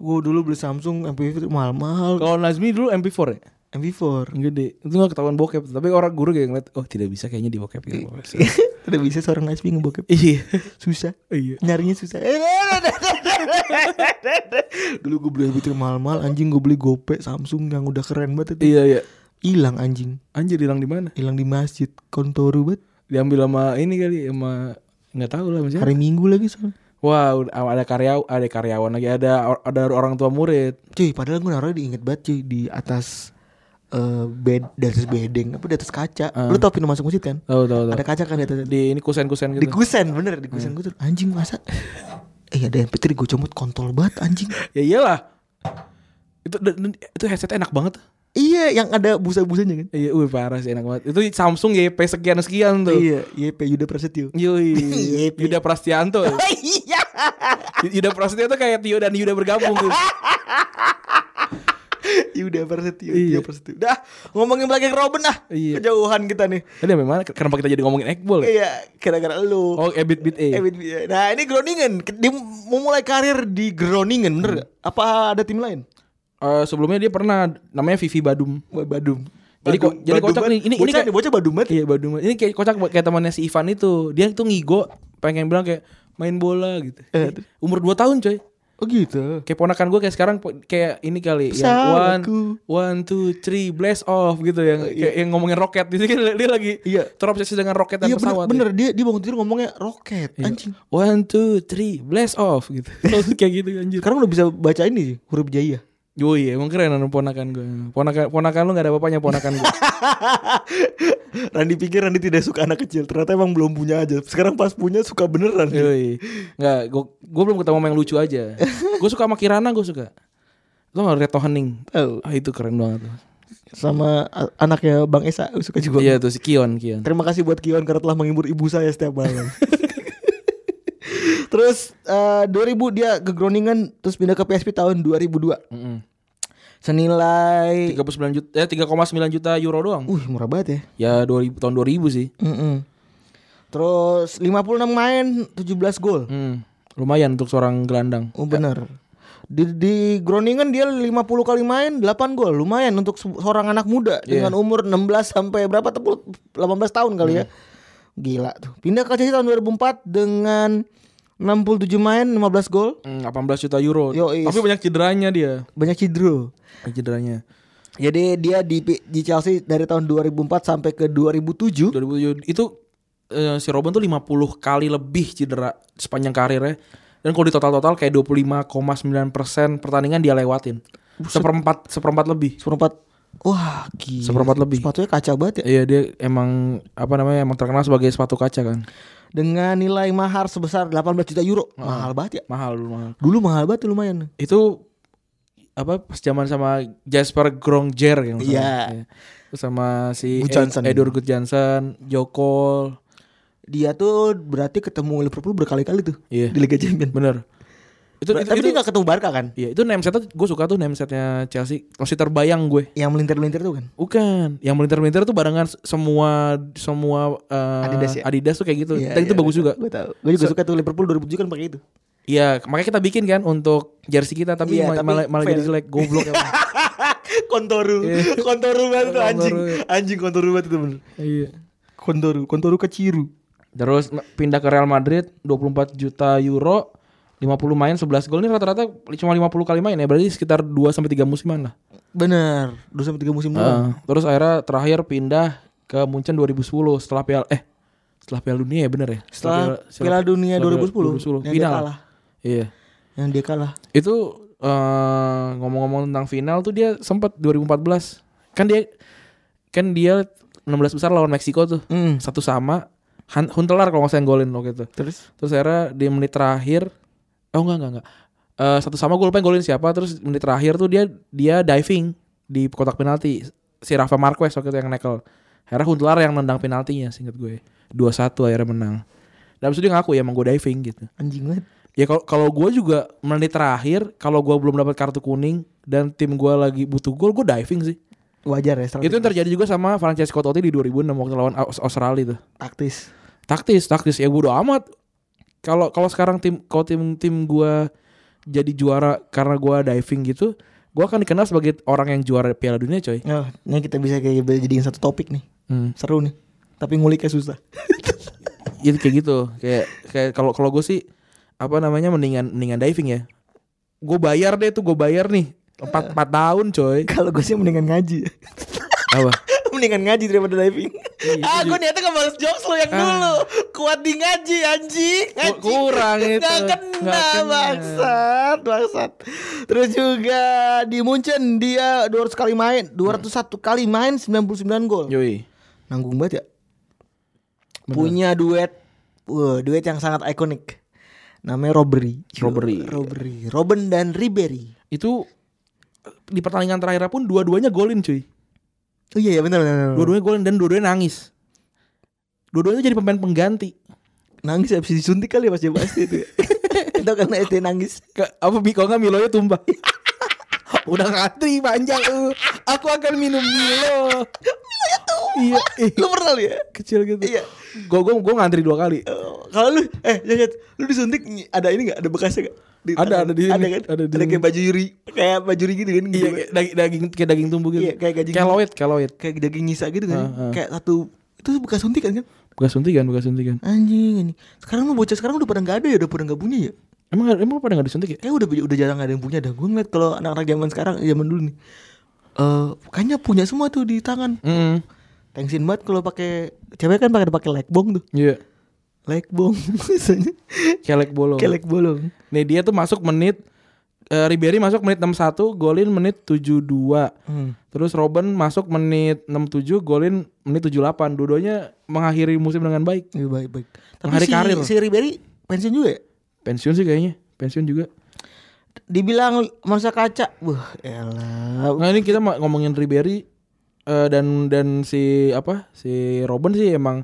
Speaker 5: gue dulu beli Samsung MP3 mahal-mahal
Speaker 3: Kalau Nazmi dulu MP4 ya?
Speaker 5: MP4
Speaker 3: Gede. Itu gak ketahuan bokep. Tapi orang guru kayak ngeliat, oh tidak bisa kayaknya di bokep. gitu.
Speaker 5: Udah bisa seorang Nasbi ngebokep
Speaker 3: Iya.
Speaker 5: Susah
Speaker 3: Iya.
Speaker 5: Nyarinya susah Eh, Dulu gue beli MP3 mahal-mahal Anjing gue beli gope Samsung yang udah keren banget itu
Speaker 3: Iya iya.
Speaker 5: Hilang anjing
Speaker 3: Anjir hilang di mana?
Speaker 5: Hilang di masjid Kontoru banget
Speaker 3: Diambil sama ini kali sama nggak tahu lah misalnya.
Speaker 5: Hari minggu lagi soalnya
Speaker 3: Wah, udah- ada karyawan, ada karyawan lagi, ada ada orang tua murid.
Speaker 5: Cuy padahal gue naruh diinget banget cuy Di atas eh bed di atas bedeng apa di atas kaca lu tau pintu masuk masjid kan
Speaker 3: Tahu tahu tahu.
Speaker 5: ada kaca kan di atas di,
Speaker 3: Di ini kusen-kusen gitu.
Speaker 5: kusen bener di kusen gue tuh anjing masa eh ada MP3 gue comot kontol banget anjing
Speaker 3: ya iyalah. Itu itu headset enak banget.
Speaker 5: iya yang ada busa-busanya kan
Speaker 3: Iya, wih parah sih enak banget. Itu Samsung YP sekian sekian tuh.
Speaker 5: Iya, YP Yuda Prasetyo.
Speaker 3: Yoi,
Speaker 5: Yep.
Speaker 3: Yuda Prastianto.
Speaker 5: Iya.
Speaker 3: Yuda Prasetyo tuh kayak Tio dan Yuda bergabung tuh.
Speaker 5: Yuda Persetio,
Speaker 3: Iya.
Speaker 5: Yuda Persetio. Dah, ngomongin Black Robin ah.
Speaker 3: Iya.
Speaker 5: Kejauhan kita nih.
Speaker 3: Tadi sampai mana? Kenapa kita jadi ngomongin Ekbol ya?
Speaker 5: Iya, gara-gara lu.
Speaker 3: Oh, Ebit Bit A.
Speaker 5: Eh, Win- Win- Nah ini Groningen Dia memulai karir di Groningen Bener gak? Apa ada tim lain?
Speaker 3: Eh, sebelumnya dia pernah namanya Vivi Badum.
Speaker 5: Wah, Badum
Speaker 3: Jadi ko-
Speaker 5: Badum-
Speaker 3: jadi
Speaker 5: Badum
Speaker 3: kocak
Speaker 5: banget.
Speaker 3: nih. Ini- ini
Speaker 5: bocah,
Speaker 3: kayak-
Speaker 5: nih, bocah Badum banget
Speaker 3: Iya Badum. Ini kayak kocak buat- kayak temannya si Ivan itu. Dia tuh ngigo pengen bilang kayak main bola gitu.
Speaker 5: Eh.
Speaker 3: Umur 2 tahun coy.
Speaker 5: Oh gitu
Speaker 3: Kayak ponakan gue kayak sekarang po- kayak ini kali yang one,
Speaker 5: Pesawatku.
Speaker 3: one, two, three, blast off gitu yang kayak yang ngomongin roket di sini dia lagi
Speaker 5: Iya.
Speaker 3: terobsesi dengan roket dan
Speaker 5: Iya bener,
Speaker 3: pesawat. ya.
Speaker 5: bener. Dia, dia bangun tidur ngomongnya roket
Speaker 3: Iya.
Speaker 5: Anjing
Speaker 3: One, two, three, blast off gitu. kayak gitu anjir.
Speaker 5: Sekarang udah bisa baca ini sih Huruf jaya
Speaker 3: Oh iya, emang keren anu ponakan gue. Ponakan ponakan lu gak ada apa-apanya ponakan gue.
Speaker 5: Randi pikir Randi tidak suka anak kecil Ternyata emang belum punya aja Sekarang pas punya suka beneran dia.
Speaker 3: Yoi. Nggak, gue gue belum ketemu sama yang lucu aja. gue suka sama Kirana, gue suka. Lo nggak Reto Hening?
Speaker 5: Tahu.
Speaker 3: Ah, itu keren banget.
Speaker 5: Sama a- anaknya Bang Esa Suka juga
Speaker 3: Iya tuh si Kion, Kion.
Speaker 5: Terima kasih buat Kion karena telah menghibur ibu saya setiap malam. terus eh, 2000 dia ke Groningen terus pindah ke PSP tahun 2002.
Speaker 3: Mm-mm.
Speaker 5: Senilai
Speaker 3: 39 juta, eh 3,9 juta euro doang.
Speaker 5: Wih Hmm. murah banget ya.
Speaker 3: Ya 2000 tahun 2000 sih.
Speaker 5: Mm-mm. Terus 56 main 17 gol.
Speaker 3: Hmm. Lumayan untuk seorang gelandang.
Speaker 5: Oh benar. Di, di Groningen dia 50 kali main 8 gol. Lumayan untuk se- seorang anak muda dengan umur 16 sampai berapa tepul 18 tahun kali ya. Gila tuh. Pindah ke Chelsea tahun 2004 dengan 67 main 15 gol.
Speaker 3: Hmm, 18 juta euro.
Speaker 5: Yoi.
Speaker 3: Tapi banyak cederanya dia.
Speaker 5: iya. banyak cedera.
Speaker 3: Banyak Cederanya.
Speaker 5: Jadi dia di, di Chelsea dari tahun 2004 sampai ke 2007.
Speaker 3: 2007 itu eh, si Robin tuh 50 kali lebih cedera sepanjang karirnya. Dan kalau di total-total kayak 25,9% pertandingan dia lewatin. Seperempat seperempat lebih.
Speaker 5: Seperempat. Wah, gila.
Speaker 3: Seperempat lebih.
Speaker 5: Iya Sepatunya kaca banget ya.
Speaker 3: Iya dia emang apa namanya emang terkenal sebagai sepatu kaca kan.
Speaker 5: Dengan nilai mahar sebesar 18 juta euro. Mahal banget ya.
Speaker 3: Mahal dulu mahal.
Speaker 5: Dulu mahal banget tuh lumayan.
Speaker 3: Itu apa pas zaman sama Jasper Grongjer yang
Speaker 5: Iya.
Speaker 3: Terus sama si
Speaker 5: Good Johnson.
Speaker 3: Ed- Edur Good Johnson, Jokol.
Speaker 5: Dia tuh berarti ketemu Liverpool berkali-kali tuh
Speaker 3: Iya.
Speaker 5: di Liga Champions.
Speaker 3: Bener. Itu, itu,
Speaker 5: Tapi
Speaker 3: itu,
Speaker 5: dia gak ketemu Barca kan?
Speaker 3: Iya, itu name setnya gue suka tuh name setnya Chelsea. Masih terbayang gue.
Speaker 5: Yang melintir-melintir tuh kan.
Speaker 3: Bukan, yang melintir-melintir tuh barengan s- semua semua eh,
Speaker 5: Adidas
Speaker 3: Adidas,
Speaker 5: ya?
Speaker 3: tuh kayak gitu.
Speaker 5: Iya,
Speaker 3: Dan itu
Speaker 5: iya,
Speaker 3: bagus juga.
Speaker 5: Gue tahu. Gue juga suka tuh Liverpool 2007 kan pakai itu.
Speaker 3: Iya, makanya kita bikin kan untuk jersey kita tapi,
Speaker 5: Iya,
Speaker 3: ma-
Speaker 5: tapi
Speaker 3: malah, malah jadi
Speaker 5: fail.
Speaker 3: jelek, goblok ya. emang.
Speaker 5: kontoru. Iya. kontoru banget tuh anjing.
Speaker 3: Kontoru.
Speaker 5: Anjing kontoru banget itu bener.
Speaker 3: Iya.
Speaker 5: Kontoru, kontoru ke Ciru.
Speaker 3: Terus ma- pindah ke Real Madrid 24 juta euro 50 main 11 gol ini rata-rata cuma 50 kali main ya berarti sekitar 2 sampai 3 musiman lah.
Speaker 5: Bener, 2 sampai 3 musim doang.
Speaker 3: Heeh. terus akhirnya terakhir pindah ke Munchen 2010 setelah Piala eh setelah Piala Dunia ya bener ya?
Speaker 5: Setelah Piala Dunia
Speaker 3: setelah
Speaker 5: 2010, yang dia
Speaker 3: final.
Speaker 5: kalah.
Speaker 3: Iya.
Speaker 5: Yang dia kalah.
Speaker 3: Itu eh, ngomong-ngomong tentang final tuh dia sempat 2014 kan dia kan dia 16 besar lawan Meksiko tuh.
Speaker 5: Hmm.
Speaker 3: Satu sama Han- Huntelar kalau nggak salah yang golin waktu itu.
Speaker 5: Terus
Speaker 3: Terus akhirnya di menit terakhir Oh enggak enggak enggak Eh, Satu sama gue lupa yang golin siapa Terus menit terakhir tuh dia Dia diving Di kotak penalti Si Rafa Marquez waktu itu yang nekel Akhirnya Huntelaar yang nendang penaltinya Singkat gue 2-1 akhirnya menang Dan abis itu dia ngaku ya emang gue diving gitu
Speaker 5: anjing banget.
Speaker 3: Ya kalau kalau gue juga menit terakhir Kalau gue belum dapat kartu kuning Dan tim gue lagi butuh gol Gue diving sih
Speaker 5: Wajar ya strategi.
Speaker 3: Itu yang terjadi juga sama Francesco Totti di 2006 Waktu lawan Aus- Australia tuh
Speaker 5: taktis.
Speaker 3: taktis taktis ya bodo amat kalau kalau sekarang tim kalau tim tim gue jadi juara karena gua diving gitu gua akan dikenal sebagai orang yang juara Piala Dunia coy
Speaker 5: Oh, ini kita bisa kayak jadiin satu topik nih.
Speaker 3: hmm.
Speaker 5: Seru nih. Tapi nguliknya susah.
Speaker 3: Jadi kayak gitu kayak kayak kalau kalau gue sih apa namanya mendingan mendingan diving ya gue bayar deh tuh gue bayar nih empat empat tahun coy
Speaker 5: Kalau gue sih mendingan ngaji.
Speaker 3: apa
Speaker 5: mendingan ngaji daripada diving. ah, gue niatnya ngebales jokes lo yang dulu. Kuat di ngaji anjing. Ngaji.
Speaker 3: kurang itu.
Speaker 5: Nggak
Speaker 3: Nggak
Speaker 5: kena,
Speaker 3: kena.
Speaker 5: bangsat, bangsat. Terus juga di Munchen dia 200 kali main, 201 kali main 99 gol.
Speaker 3: yoi
Speaker 5: Nanggung banget ya. Punya duet wah, duet yang sangat ikonik. Namanya Robbery.
Speaker 3: Robbery.
Speaker 5: Robbery. Robin dan Ribery.
Speaker 3: itu di pertandingan terakhir pun dua-duanya golin cuy
Speaker 5: Oh iya ya benar benar. benar.
Speaker 3: dua-duanya golin dan dua-duanya nangis dua-duanya jadi pemain pengganti
Speaker 5: nangis habis disuntik kali ya pas dia pasti itu. Itu karena SD nangis.
Speaker 3: Ke, apa Mi- kalau nggak Milonya tumpah Udah ngantri panjang lu. Aku akan minum Milo. Iya, eh,
Speaker 5: Lu pernah lu ya?
Speaker 3: kecil gitu.
Speaker 5: Iya.
Speaker 3: Gue gue gue ngantri dua kali.
Speaker 5: Eh, Kalau lu eh lihat lu disuntik ny- ada ini enggak? Ada bekasnya enggak?
Speaker 3: Ada, ada di sini.
Speaker 5: Ada kan?
Speaker 3: Ada
Speaker 5: Ada,
Speaker 3: di sini.
Speaker 5: kayak baju yuri, kayak baju yuri gitu kan.
Speaker 3: Iya,
Speaker 5: gitu.
Speaker 3: kayak daging, daging kayak daging tumbuh gitu.
Speaker 5: Iya, kayak gajing.
Speaker 3: Keloid, keloid.
Speaker 5: kayak daging nyisa gitu kan.
Speaker 3: Ah, ah.
Speaker 5: Kayak satu itu bekas suntikan kan?
Speaker 3: Bekas suntikan, bekas suntikan.
Speaker 5: Anjing ini. Sekarang mah bocah sekarang udah pada enggak ada ya, udah pada enggak punya ya.
Speaker 3: Emang emang pada nggak disuntik ya?
Speaker 5: Kayak udah udah jarang ada yang punya dah. Gue ngeliat kalau anak-anak zaman sekarang zaman dulu nih. Eh, kayaknya punya semua tuh di tangan.
Speaker 3: Mm,
Speaker 5: Thanksin banget kalau pakai cewek kan pakai pakai leg bong tuh.
Speaker 3: Iya.
Speaker 5: Leg bong biasanya.
Speaker 3: Kelek bolong.
Speaker 5: Kayak leg bolong.
Speaker 3: Nih dia tuh masuk menit eh, Ribery masuk menit 61, golin menit 72. Terus Robin masuk menit 67, golin menit 78. Dua-duanya mengakhiri musim dengan baik.
Speaker 5: Iya baik baik. Tapi
Speaker 3: Menghari
Speaker 5: si,
Speaker 3: karir.
Speaker 5: si Ribery pensiun juga ya?
Speaker 3: Pensiun sih kayaknya. Pensiun juga.
Speaker 5: Dibilang masa kaca. Wah, elah.
Speaker 3: Nah, ini kita ma- ngomongin Ribery eh, dan dan si apa? Si Robin sih emang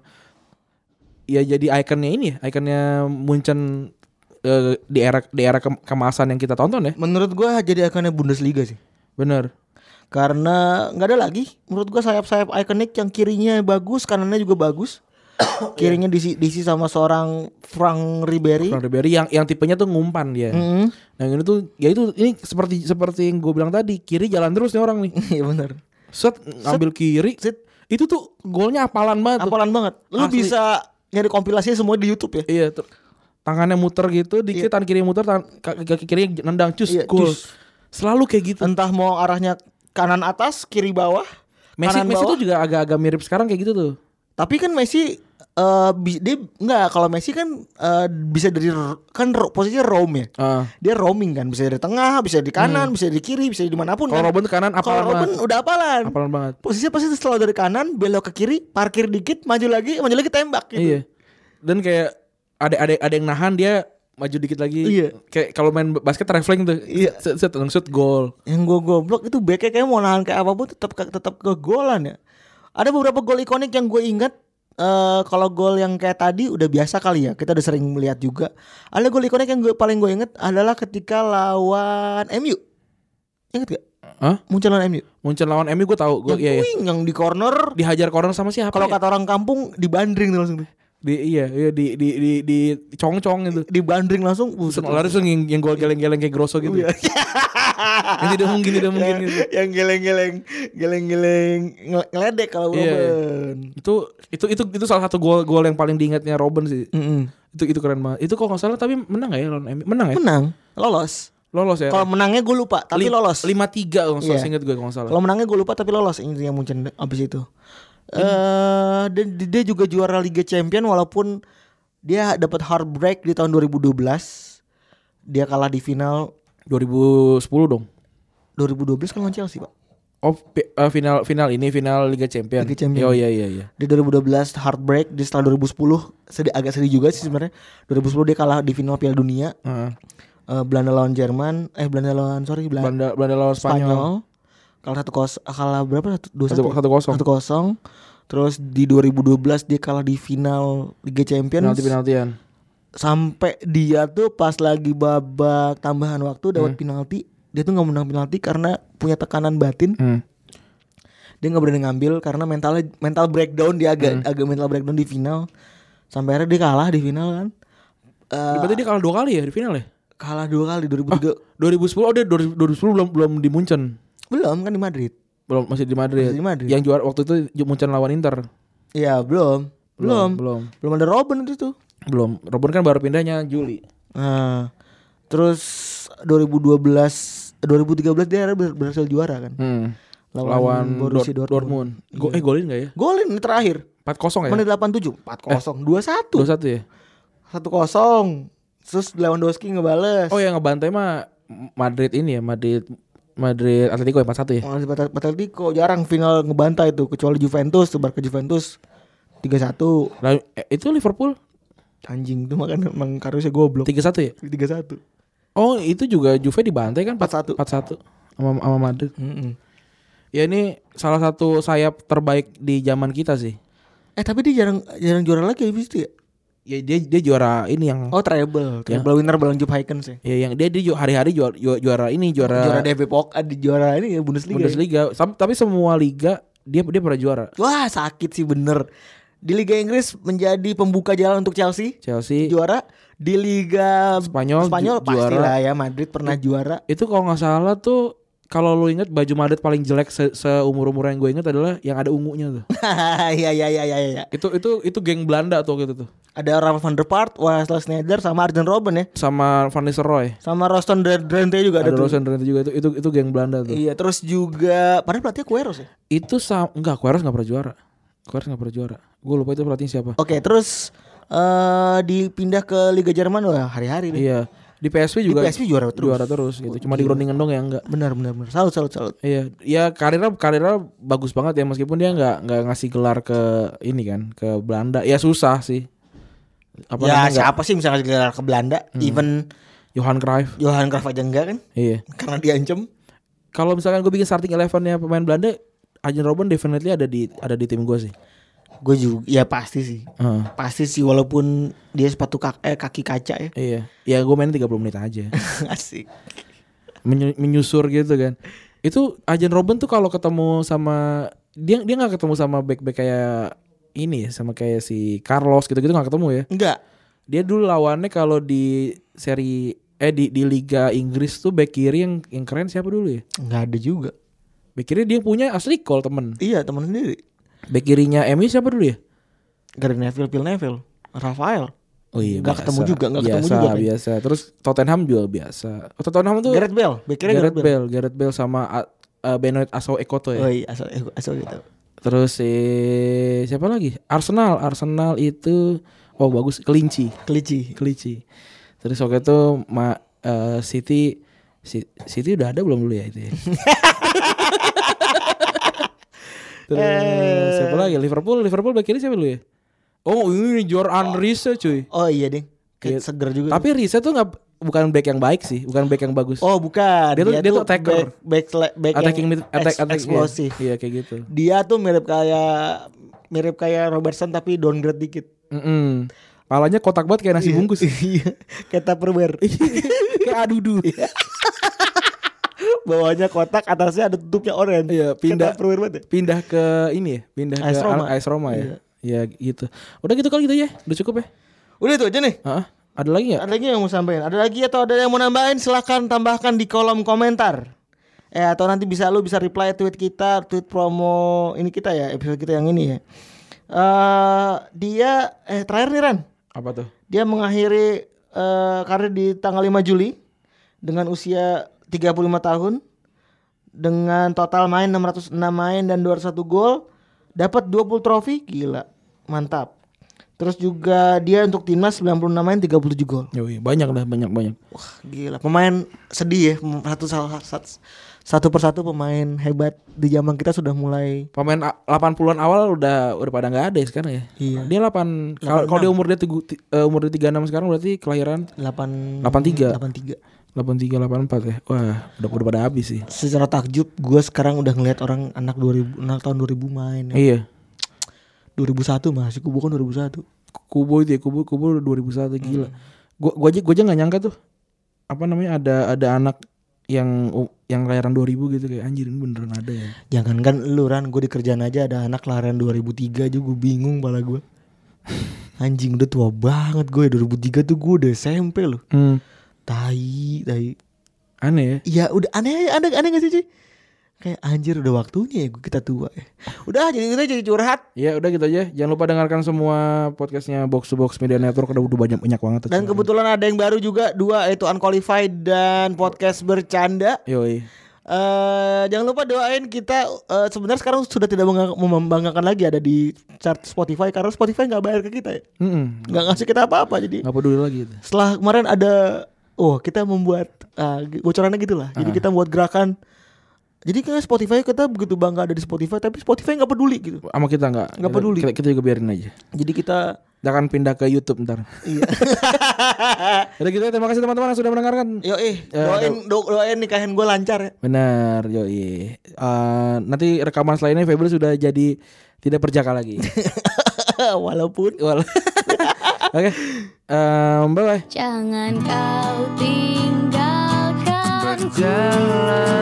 Speaker 3: ya jadi ikonnya ini ya, ikonnya Munchen eh, di era di era kem- kemasan yang kita tonton ya.
Speaker 5: Menurut gua jadi ikonnya Bundesliga sih.
Speaker 3: Bener.
Speaker 5: Karena nggak ada lagi. Menurut gua sayap-sayap ikonik yang kirinya bagus, kanannya juga bagus. kirinya diisi, diisi sama seorang Frank Ribery.
Speaker 3: Frank Ribery yang yang tipenya tuh ngumpan dia.
Speaker 5: Mm.
Speaker 3: Nah ini tuh ya itu ini seperti seperti yang gue bilang tadi kiri jalan terus nih orang nih.
Speaker 5: Iya benar.
Speaker 3: Set ngambil kiri.
Speaker 5: Set.
Speaker 3: Itu tuh golnya apalan banget. tuh.
Speaker 5: Apalan banget. Lu
Speaker 3: Asli.
Speaker 5: bisa nyari kompilasinya semua di YouTube ya.
Speaker 3: Iya. ter- tangannya muter gitu, dikit tangan kiri muter, tangan kaki, kaki kiri nendang cus
Speaker 5: Iya,
Speaker 3: gol.
Speaker 5: cus.
Speaker 3: Selalu kayak gitu.
Speaker 5: Entah mau arahnya kanan atas, kiri bawah,
Speaker 3: Messi
Speaker 5: kanan
Speaker 3: Messi
Speaker 5: bawah.
Speaker 3: tuh juga agak-agak mirip sekarang kayak gitu tuh.
Speaker 5: Tapi kan Messi eh, bi- dia nggak kalau Messi kan eh, bisa dari r- kan ro- posisinya roam ya.
Speaker 3: Ah. Hmm.
Speaker 5: Dia roaming kan bisa dari tengah, bisa di kanan, bisa di kiri, bisa di manapun.
Speaker 3: Kalau
Speaker 5: kan.
Speaker 3: Robben ke kanan
Speaker 5: Kalau
Speaker 3: apalan
Speaker 5: Robben
Speaker 3: banget.
Speaker 5: udah apalan.
Speaker 3: Apalan banget.
Speaker 5: Posisinya pasti selalu dari kanan, belok ke kiri, parkir dikit, maju lagi, maju lagi tembak
Speaker 3: Iya.
Speaker 5: gitu.
Speaker 3: Dan kayak ada ada ada yang nahan dia maju dikit lagi.
Speaker 5: Iya.
Speaker 3: Kayak kalau main basket traveling tuh.
Speaker 5: Iya.
Speaker 3: Set set langsung shoot gol.
Speaker 5: Yang gue goblok itu backnya kayak mau nahan kayak apapun tetap tetap kegolan ya. Ada beberapa gol ikonik yang gue ingat eh kalau gol yang kayak tadi udah biasa kali ya kita udah sering melihat juga. Ada gol ikonik yang gue paling gue inget adalah ketika lawan MU. Ingat gak?
Speaker 3: Hah?
Speaker 5: Muncul lawan MU.
Speaker 3: Muncul lawan MU gue tahu gue
Speaker 5: yang
Speaker 3: iya, iya.
Speaker 5: puing, yang di corner.
Speaker 3: dihajar corner sama siapa?
Speaker 5: Kalau
Speaker 3: ya?
Speaker 5: kata orang kampung dibandring tuh langsung. tuh.
Speaker 3: di iya iya di di di di cong-cong itu.
Speaker 5: Dibandring langsung.
Speaker 3: Terus lari langsung yang, yang gol geleng-geleng kayak grosso gitu.
Speaker 5: Iya.
Speaker 3: yang tidak mungkin tidak mungkin
Speaker 5: yang,
Speaker 3: gitu.
Speaker 5: yang geleng-geleng geleng-geleng ngel- ngeledek kalau
Speaker 3: Iya, iya.
Speaker 5: Robben.
Speaker 3: Itu itu itu itu salah satu gol gol yang paling diingatnya Robben sih.
Speaker 5: Mm-mm.
Speaker 3: Itu itu keren banget. Itu kalau nggak salah tapi menang gak ya lawan MU? Menang ya?
Speaker 5: Menang, lolos.
Speaker 3: Lolos ya.
Speaker 5: Kalau menangnya gue lupa, tapi
Speaker 3: Lim-
Speaker 5: lolos.
Speaker 3: 5-3 kalau nggak salah
Speaker 5: Iya.
Speaker 3: ingat gue kalau nggak salah.
Speaker 5: Kalau menangnya gue lupa tapi lolos intinya Munchen abis itu. Eh dan di- dia juga juara Liga Champion walaupun dia dapat heartbreak di tahun 2012. Dia kalah di final
Speaker 3: 2010 dong.
Speaker 5: 2012 kan lawan Chelsea, Pak.
Speaker 3: Oh, pi- eh, final final ini final Liga Champion.
Speaker 5: Liga Champion.
Speaker 3: Oh iya iya iya.
Speaker 5: Di 2012 heartbreak, di setelah 2010 sedih agak sedih juga sih sebenarnya. 2010 dia kalah di final Piala Dunia.
Speaker 3: Heeh.
Speaker 5: Eh, Belanda lawan Jerman, eh Belanda lawan sorry Belanda
Speaker 3: Belanda Belanda lawan Spanyol.
Speaker 5: Spanyol. Kalah satu kos kalah berapa satu dua
Speaker 3: Satu-
Speaker 5: satu
Speaker 3: satu kosong.
Speaker 5: Satu kosong. Terus di 2012 dia kalah di final Liga Champions
Speaker 3: Penalti penaltian.
Speaker 5: sampai dia tuh pas lagi babak tambahan waktu dapat
Speaker 3: Hmm.
Speaker 5: penalti dia tuh nggak menang penalti karena punya tekanan batin
Speaker 3: Hmm.
Speaker 5: dia nggak berani ngambil karena mentalnya mental breakdown dia agak
Speaker 3: Hmm.
Speaker 5: agak mental breakdown di final sampai akhirnya dia kalah di final kan Eh,
Speaker 3: Berarti dia kalah dua kali ya di final ya?
Speaker 5: kalah dua kali 2003
Speaker 3: 2010 oh dia 2000 2010 belum belum di Munchen.
Speaker 5: belum kan di Madrid
Speaker 3: Belum masih di Madrid.
Speaker 5: Masih di Madrid.
Speaker 3: Yang juara waktu itu Munchen lawan Inter.
Speaker 5: ya belum belum belum,
Speaker 3: belum.
Speaker 5: ada Robin itu tuh
Speaker 3: Belum. Robben kan baru pindahnya Juli.
Speaker 5: Nah, terus 2012 eh, 2013 dia akhirnya ber- berhasil juara kan.
Speaker 3: Hmm.
Speaker 5: Lawan
Speaker 3: Lawan,
Speaker 5: Borussia
Speaker 3: Dor-
Speaker 5: Dortmund. Iya.
Speaker 3: Dortmund. Go- eh golin enggak ya?
Speaker 5: Golin ini terakhir.
Speaker 3: 4-0 ya?
Speaker 5: Menit
Speaker 3: Eh.
Speaker 5: 87, 4-0, 2-1.
Speaker 3: 2-1 ya?
Speaker 5: 1-0. Terus Lewandowski ngebales.
Speaker 3: Oh yang ngebantai mah Madrid ini ya, Madrid Madrid Atletico ya 4-1 ya?
Speaker 5: Lawan Atletico- Atletico jarang final ngebantai tuh kecuali Juventus, tuh Barca Juventus 3-1.
Speaker 3: Lah, eh, itu Liverpool
Speaker 5: Anjing tuh makan emang karusnya goblok.
Speaker 3: 3-1 ya?
Speaker 5: 3-1.
Speaker 3: Oh, itu juga Juve dibantai kan
Speaker 5: 4-1.
Speaker 3: 4-1 sama sama Madrid.
Speaker 5: Mm-mm.
Speaker 3: Ya ini salah satu sayap terbaik di zaman kita sih.
Speaker 5: Eh tapi dia jarang jarang juara lagi habis itu ya.
Speaker 3: ya dia dia juara ini yang
Speaker 5: Oh treble,
Speaker 3: Iya.
Speaker 5: treble winner Bang Jupp Hyken sih.
Speaker 3: ya yang dia dia ju- hari-hari juara, juara juara ini juara,
Speaker 5: Juara DFB Pok, ada juara ini ya Bundesliga. ya.
Speaker 3: Bundesliga. Sam- Tapi semua liga dia dia pernah juara.
Speaker 5: Wah sakit sih bener. Di Liga Inggris menjadi pembuka jalan untuk Chelsea.
Speaker 3: Chelsea
Speaker 5: Juara di Liga
Speaker 3: Spanyol,
Speaker 5: Spanyol
Speaker 3: Oh, ju- juara.
Speaker 5: pastilah ya Madrid pernah juara.
Speaker 3: itu kalau nggak salah tuh kalau lu inget baju Madrid paling jelek se seumur umur yang gue inget adalah yang ada ungunya tuh.
Speaker 5: Iya iya iya iya. Ya.
Speaker 3: itu itu itu geng Belanda tuh gitu tuh.
Speaker 5: Ada Ralf van der Vaart, Wesley Sneijder sama Arjen Robben ya.
Speaker 3: Sama Van Nistelrooy.
Speaker 5: Sama Roston Drenthe juga ada,
Speaker 3: Ada
Speaker 5: tuh.
Speaker 3: Rosen ternyata juga itu itu itu geng Belanda tuh.
Speaker 5: Iya, terus juga padahal pelatihnya Kueros ya.
Speaker 3: Itu sama enggak Kueros enggak pernah juara. Kueros enggak pernah juara. Gue lupa itu pelatihnya siapa.
Speaker 5: Oke, terus eh dipindah ke Liga Jerman wah hari-hari deh.
Speaker 3: Iya. Di PSV juga
Speaker 5: PSV juara terus.
Speaker 3: Juara terus gitu. Cuma di Groningen dong ya enggak.
Speaker 5: Benar benar benar. Salut salut salut.
Speaker 3: Iya, ya karirnya karirnya bagus banget ya meskipun dia nggak nggak ngasih gelar ke ini kan ke Belanda. Ya susah sih. Apa
Speaker 5: ya
Speaker 3: namanya nggak-
Speaker 5: siapa sih misalnya gelar ke Belanda?
Speaker 3: Hmm.
Speaker 5: Even
Speaker 3: Johan Cruyff.
Speaker 5: Johan Cruyff aja enggak kan?
Speaker 3: Iya.
Speaker 5: Karena diancem.
Speaker 3: Kalau misalkan gue bikin starting elevennya pemain Belanda, Arjen Robben definitely ada di ada di tim gue sih.
Speaker 5: Gue juga ya pasti sih.
Speaker 3: Heeh.
Speaker 5: Pasti sih walaupun dia sepatu kak- eh, kaki kaca ya.
Speaker 3: Iya. Ya gue main 30 menit aja.
Speaker 5: Asik.
Speaker 3: Menyu- menyusur gitu kan. Itu Arjen Robben tuh kalau ketemu sama dia dia nggak ketemu sama back-back kayak ini ya, sama kayak si Carlos gitu-gitu nggak ketemu ya.
Speaker 5: Enggak.
Speaker 3: Dia dulu lawannya kalau di seri eh di di Liga Inggris tuh back kiri yang yang keren siapa dulu ya?
Speaker 5: Enggak ada juga.
Speaker 3: Back kiri dia punya asli call temen.
Speaker 5: Iya, teman sendiri.
Speaker 3: Back kirinya MU siapa dulu ya?
Speaker 5: Gary Neville, Phil Neville, Rafael.
Speaker 3: Oh iya,
Speaker 5: Nggak ketemu juga, nggak ketemu
Speaker 3: biasa,
Speaker 5: juga kan?
Speaker 3: Biasa, Terus Tottenham juga biasa. Oh, Tottenham tuh
Speaker 5: Gareth Bale, bekirnya
Speaker 3: Gareth Bell, Gareth Bell sama uh, uh, Benoit Aso Ekoto ya.
Speaker 5: Oh iya, asal asal gitu.
Speaker 3: Terus si siapa lagi? Arsenal, Arsenal itu oh bagus kelinci,
Speaker 5: Kelici.
Speaker 3: kelinci. Terus waktu itu ma, eh, City Si- City udah ada belum dulu ya itu ya? Terus siapa lagi? Liverpool, Liverpool back kiri siapa dulu ya? Oh ini Jordan Risa cuy.
Speaker 5: Oh iya ding.
Speaker 3: Iya.
Speaker 5: Kayak seger juga.
Speaker 3: Tapi Risa tuh nggak bukan back yang baik sih, bukan back yang bagus.
Speaker 5: Oh bukan.
Speaker 3: Dia tuh- dia tuh attacker.
Speaker 5: Back, back, le- back yang
Speaker 3: attacking mid, attack,
Speaker 5: ex-
Speaker 3: attack,
Speaker 5: eksplosif.
Speaker 3: Iya, Iya, kayak gitu.
Speaker 5: Dia tuh mirip kayak mirip kayak Robertson tapi downgrade dikit.
Speaker 3: Mm-mm. Palanya kotak banget kayak nasi bungkus.
Speaker 5: Iya. kayak tupperware.
Speaker 3: Iya. kayak adudu.
Speaker 5: Iya. Bawahnya kotak, atasnya ada tutupnya orange.
Speaker 3: Iya,
Speaker 5: Kayak
Speaker 3: pindah.
Speaker 5: tupperware banget. ya.
Speaker 3: pindah ke ini ya, pindah
Speaker 5: AS
Speaker 3: ke
Speaker 5: Roma.
Speaker 3: Al- AS Roma ya. Ya gitu. Udah gitu kali gitu ya. Udah cukup ya.
Speaker 5: Udah itu aja nih.
Speaker 3: Heeh. Ada lagi nggak?
Speaker 5: Ada lagi yang mau sampaikan? Ada lagi atau ada yang mau nambahin? Silahkan tambahkan di kolom komentar. Eh atau nanti bisa lu bisa reply tweet kita, tweet promo ini kita ya, episode kita yang ini ya. Eh dia eh terakhir nih Ran.
Speaker 3: Apa tuh?
Speaker 5: Dia mengakhiri eh, karir di tanggal 5 Juli dengan usia 35 tahun dengan total main 606 main dan 201 gol, dapat 20 trofi, gila. Mantap. Terus juga dia untuk timnas 96 main 37 gol.
Speaker 3: Ya, wih, banyak dah, banyak banyak.
Speaker 5: Wah, gila. Pemain sedih ya, pem- satu salah satu, satu persatu pemain hebat di zaman kita sudah mulai
Speaker 3: Pemain a- 80-an awal udah udah pada nggak ada ya sekarang ya.
Speaker 5: Iya.
Speaker 3: Dia 8 kalau kalau dia umur dia tigu- ti- eh, umur dia 36 sekarang berarti kelahiran
Speaker 5: 8
Speaker 3: 83.
Speaker 5: 83.
Speaker 3: 83 84 ya. Wah, udah udah pada habis sih.
Speaker 5: Secara takjub gua sekarang udah ngelihat orang anak 2000 anak tahun 2000 main. ya.
Speaker 3: Iya.
Speaker 5: 2001 masih kubu kan 2001.
Speaker 3: Kubo itu ya, Kubo Kubo
Speaker 5: Hmm.
Speaker 3: 2001 gila. Gua gua aja gua aja nggak nyangka tuh. Apa namanya ada ada anak yang yang kelahiran 2000 gitu kayak anjir ini beneran ada ya.
Speaker 5: Jangankan lu Ran, gue di kerjaan aja ada anak kelahiran 2003 aja gue bingung pala gue. Anjing udah tua banget ya, gue 2003 tuh gue udah SMP loh.
Speaker 3: Hmm.
Speaker 5: Tai, tai.
Speaker 3: Aneh ya.
Speaker 5: Iya udah aneh aneh aneh gak sih cuy? Kayak anjir udah waktunya ya gua- kita tua ya. Udah jadi kita jadi curhat
Speaker 3: Ya udah gitu aja. Jangan lupa dengarkan semua podcastnya Box to Box Media Network. Udah udah banyak banyak banget. tuh.
Speaker 5: dan kebetulan ada yang baru juga dua yaitu unqualified dan podcast bercanda.
Speaker 3: Yoi.
Speaker 5: eh jangan lupa doain kita eh, sebenarnya sekarang sudah tidak mengga- membanggakan lagi ada di chart Spotify karena Spotify nggak bayar ke kita ya.
Speaker 3: Mm-mm.
Speaker 5: Nggak ngasih kita apa-apa jadi.
Speaker 3: Nggak peduli lagi itu.
Speaker 5: Setelah kemarin ada oh kita membuat ah, g- bocorannya gitulah. Jadi kita buat gerakan jadi kayak Spotify kita begitu bangga ada di Spotify tapi Spotify nggak peduli gitu.
Speaker 3: Sama kita nggak.
Speaker 5: Nggak
Speaker 3: Kita-
Speaker 5: peduli.
Speaker 3: Kita, kita juga biarin aja.
Speaker 5: Jadi kita
Speaker 3: Kita akan pindah ke YouTube ntar.
Speaker 5: iya.
Speaker 3: Udah gitu aja. Terima kasih teman-teman yang sudah mendengarkan.
Speaker 5: Yo eh doain do, doain nikahin gue lancar ya.
Speaker 3: Benar, yoi. Eh, nanti rekaman selainnya Febri sudah jadi tidak perjaka lagi.
Speaker 5: Eh, Walaupun
Speaker 3: Wal- Oke. eh, Em, bye bye.
Speaker 8: Jangan kau tinggalkan
Speaker 3: Jalan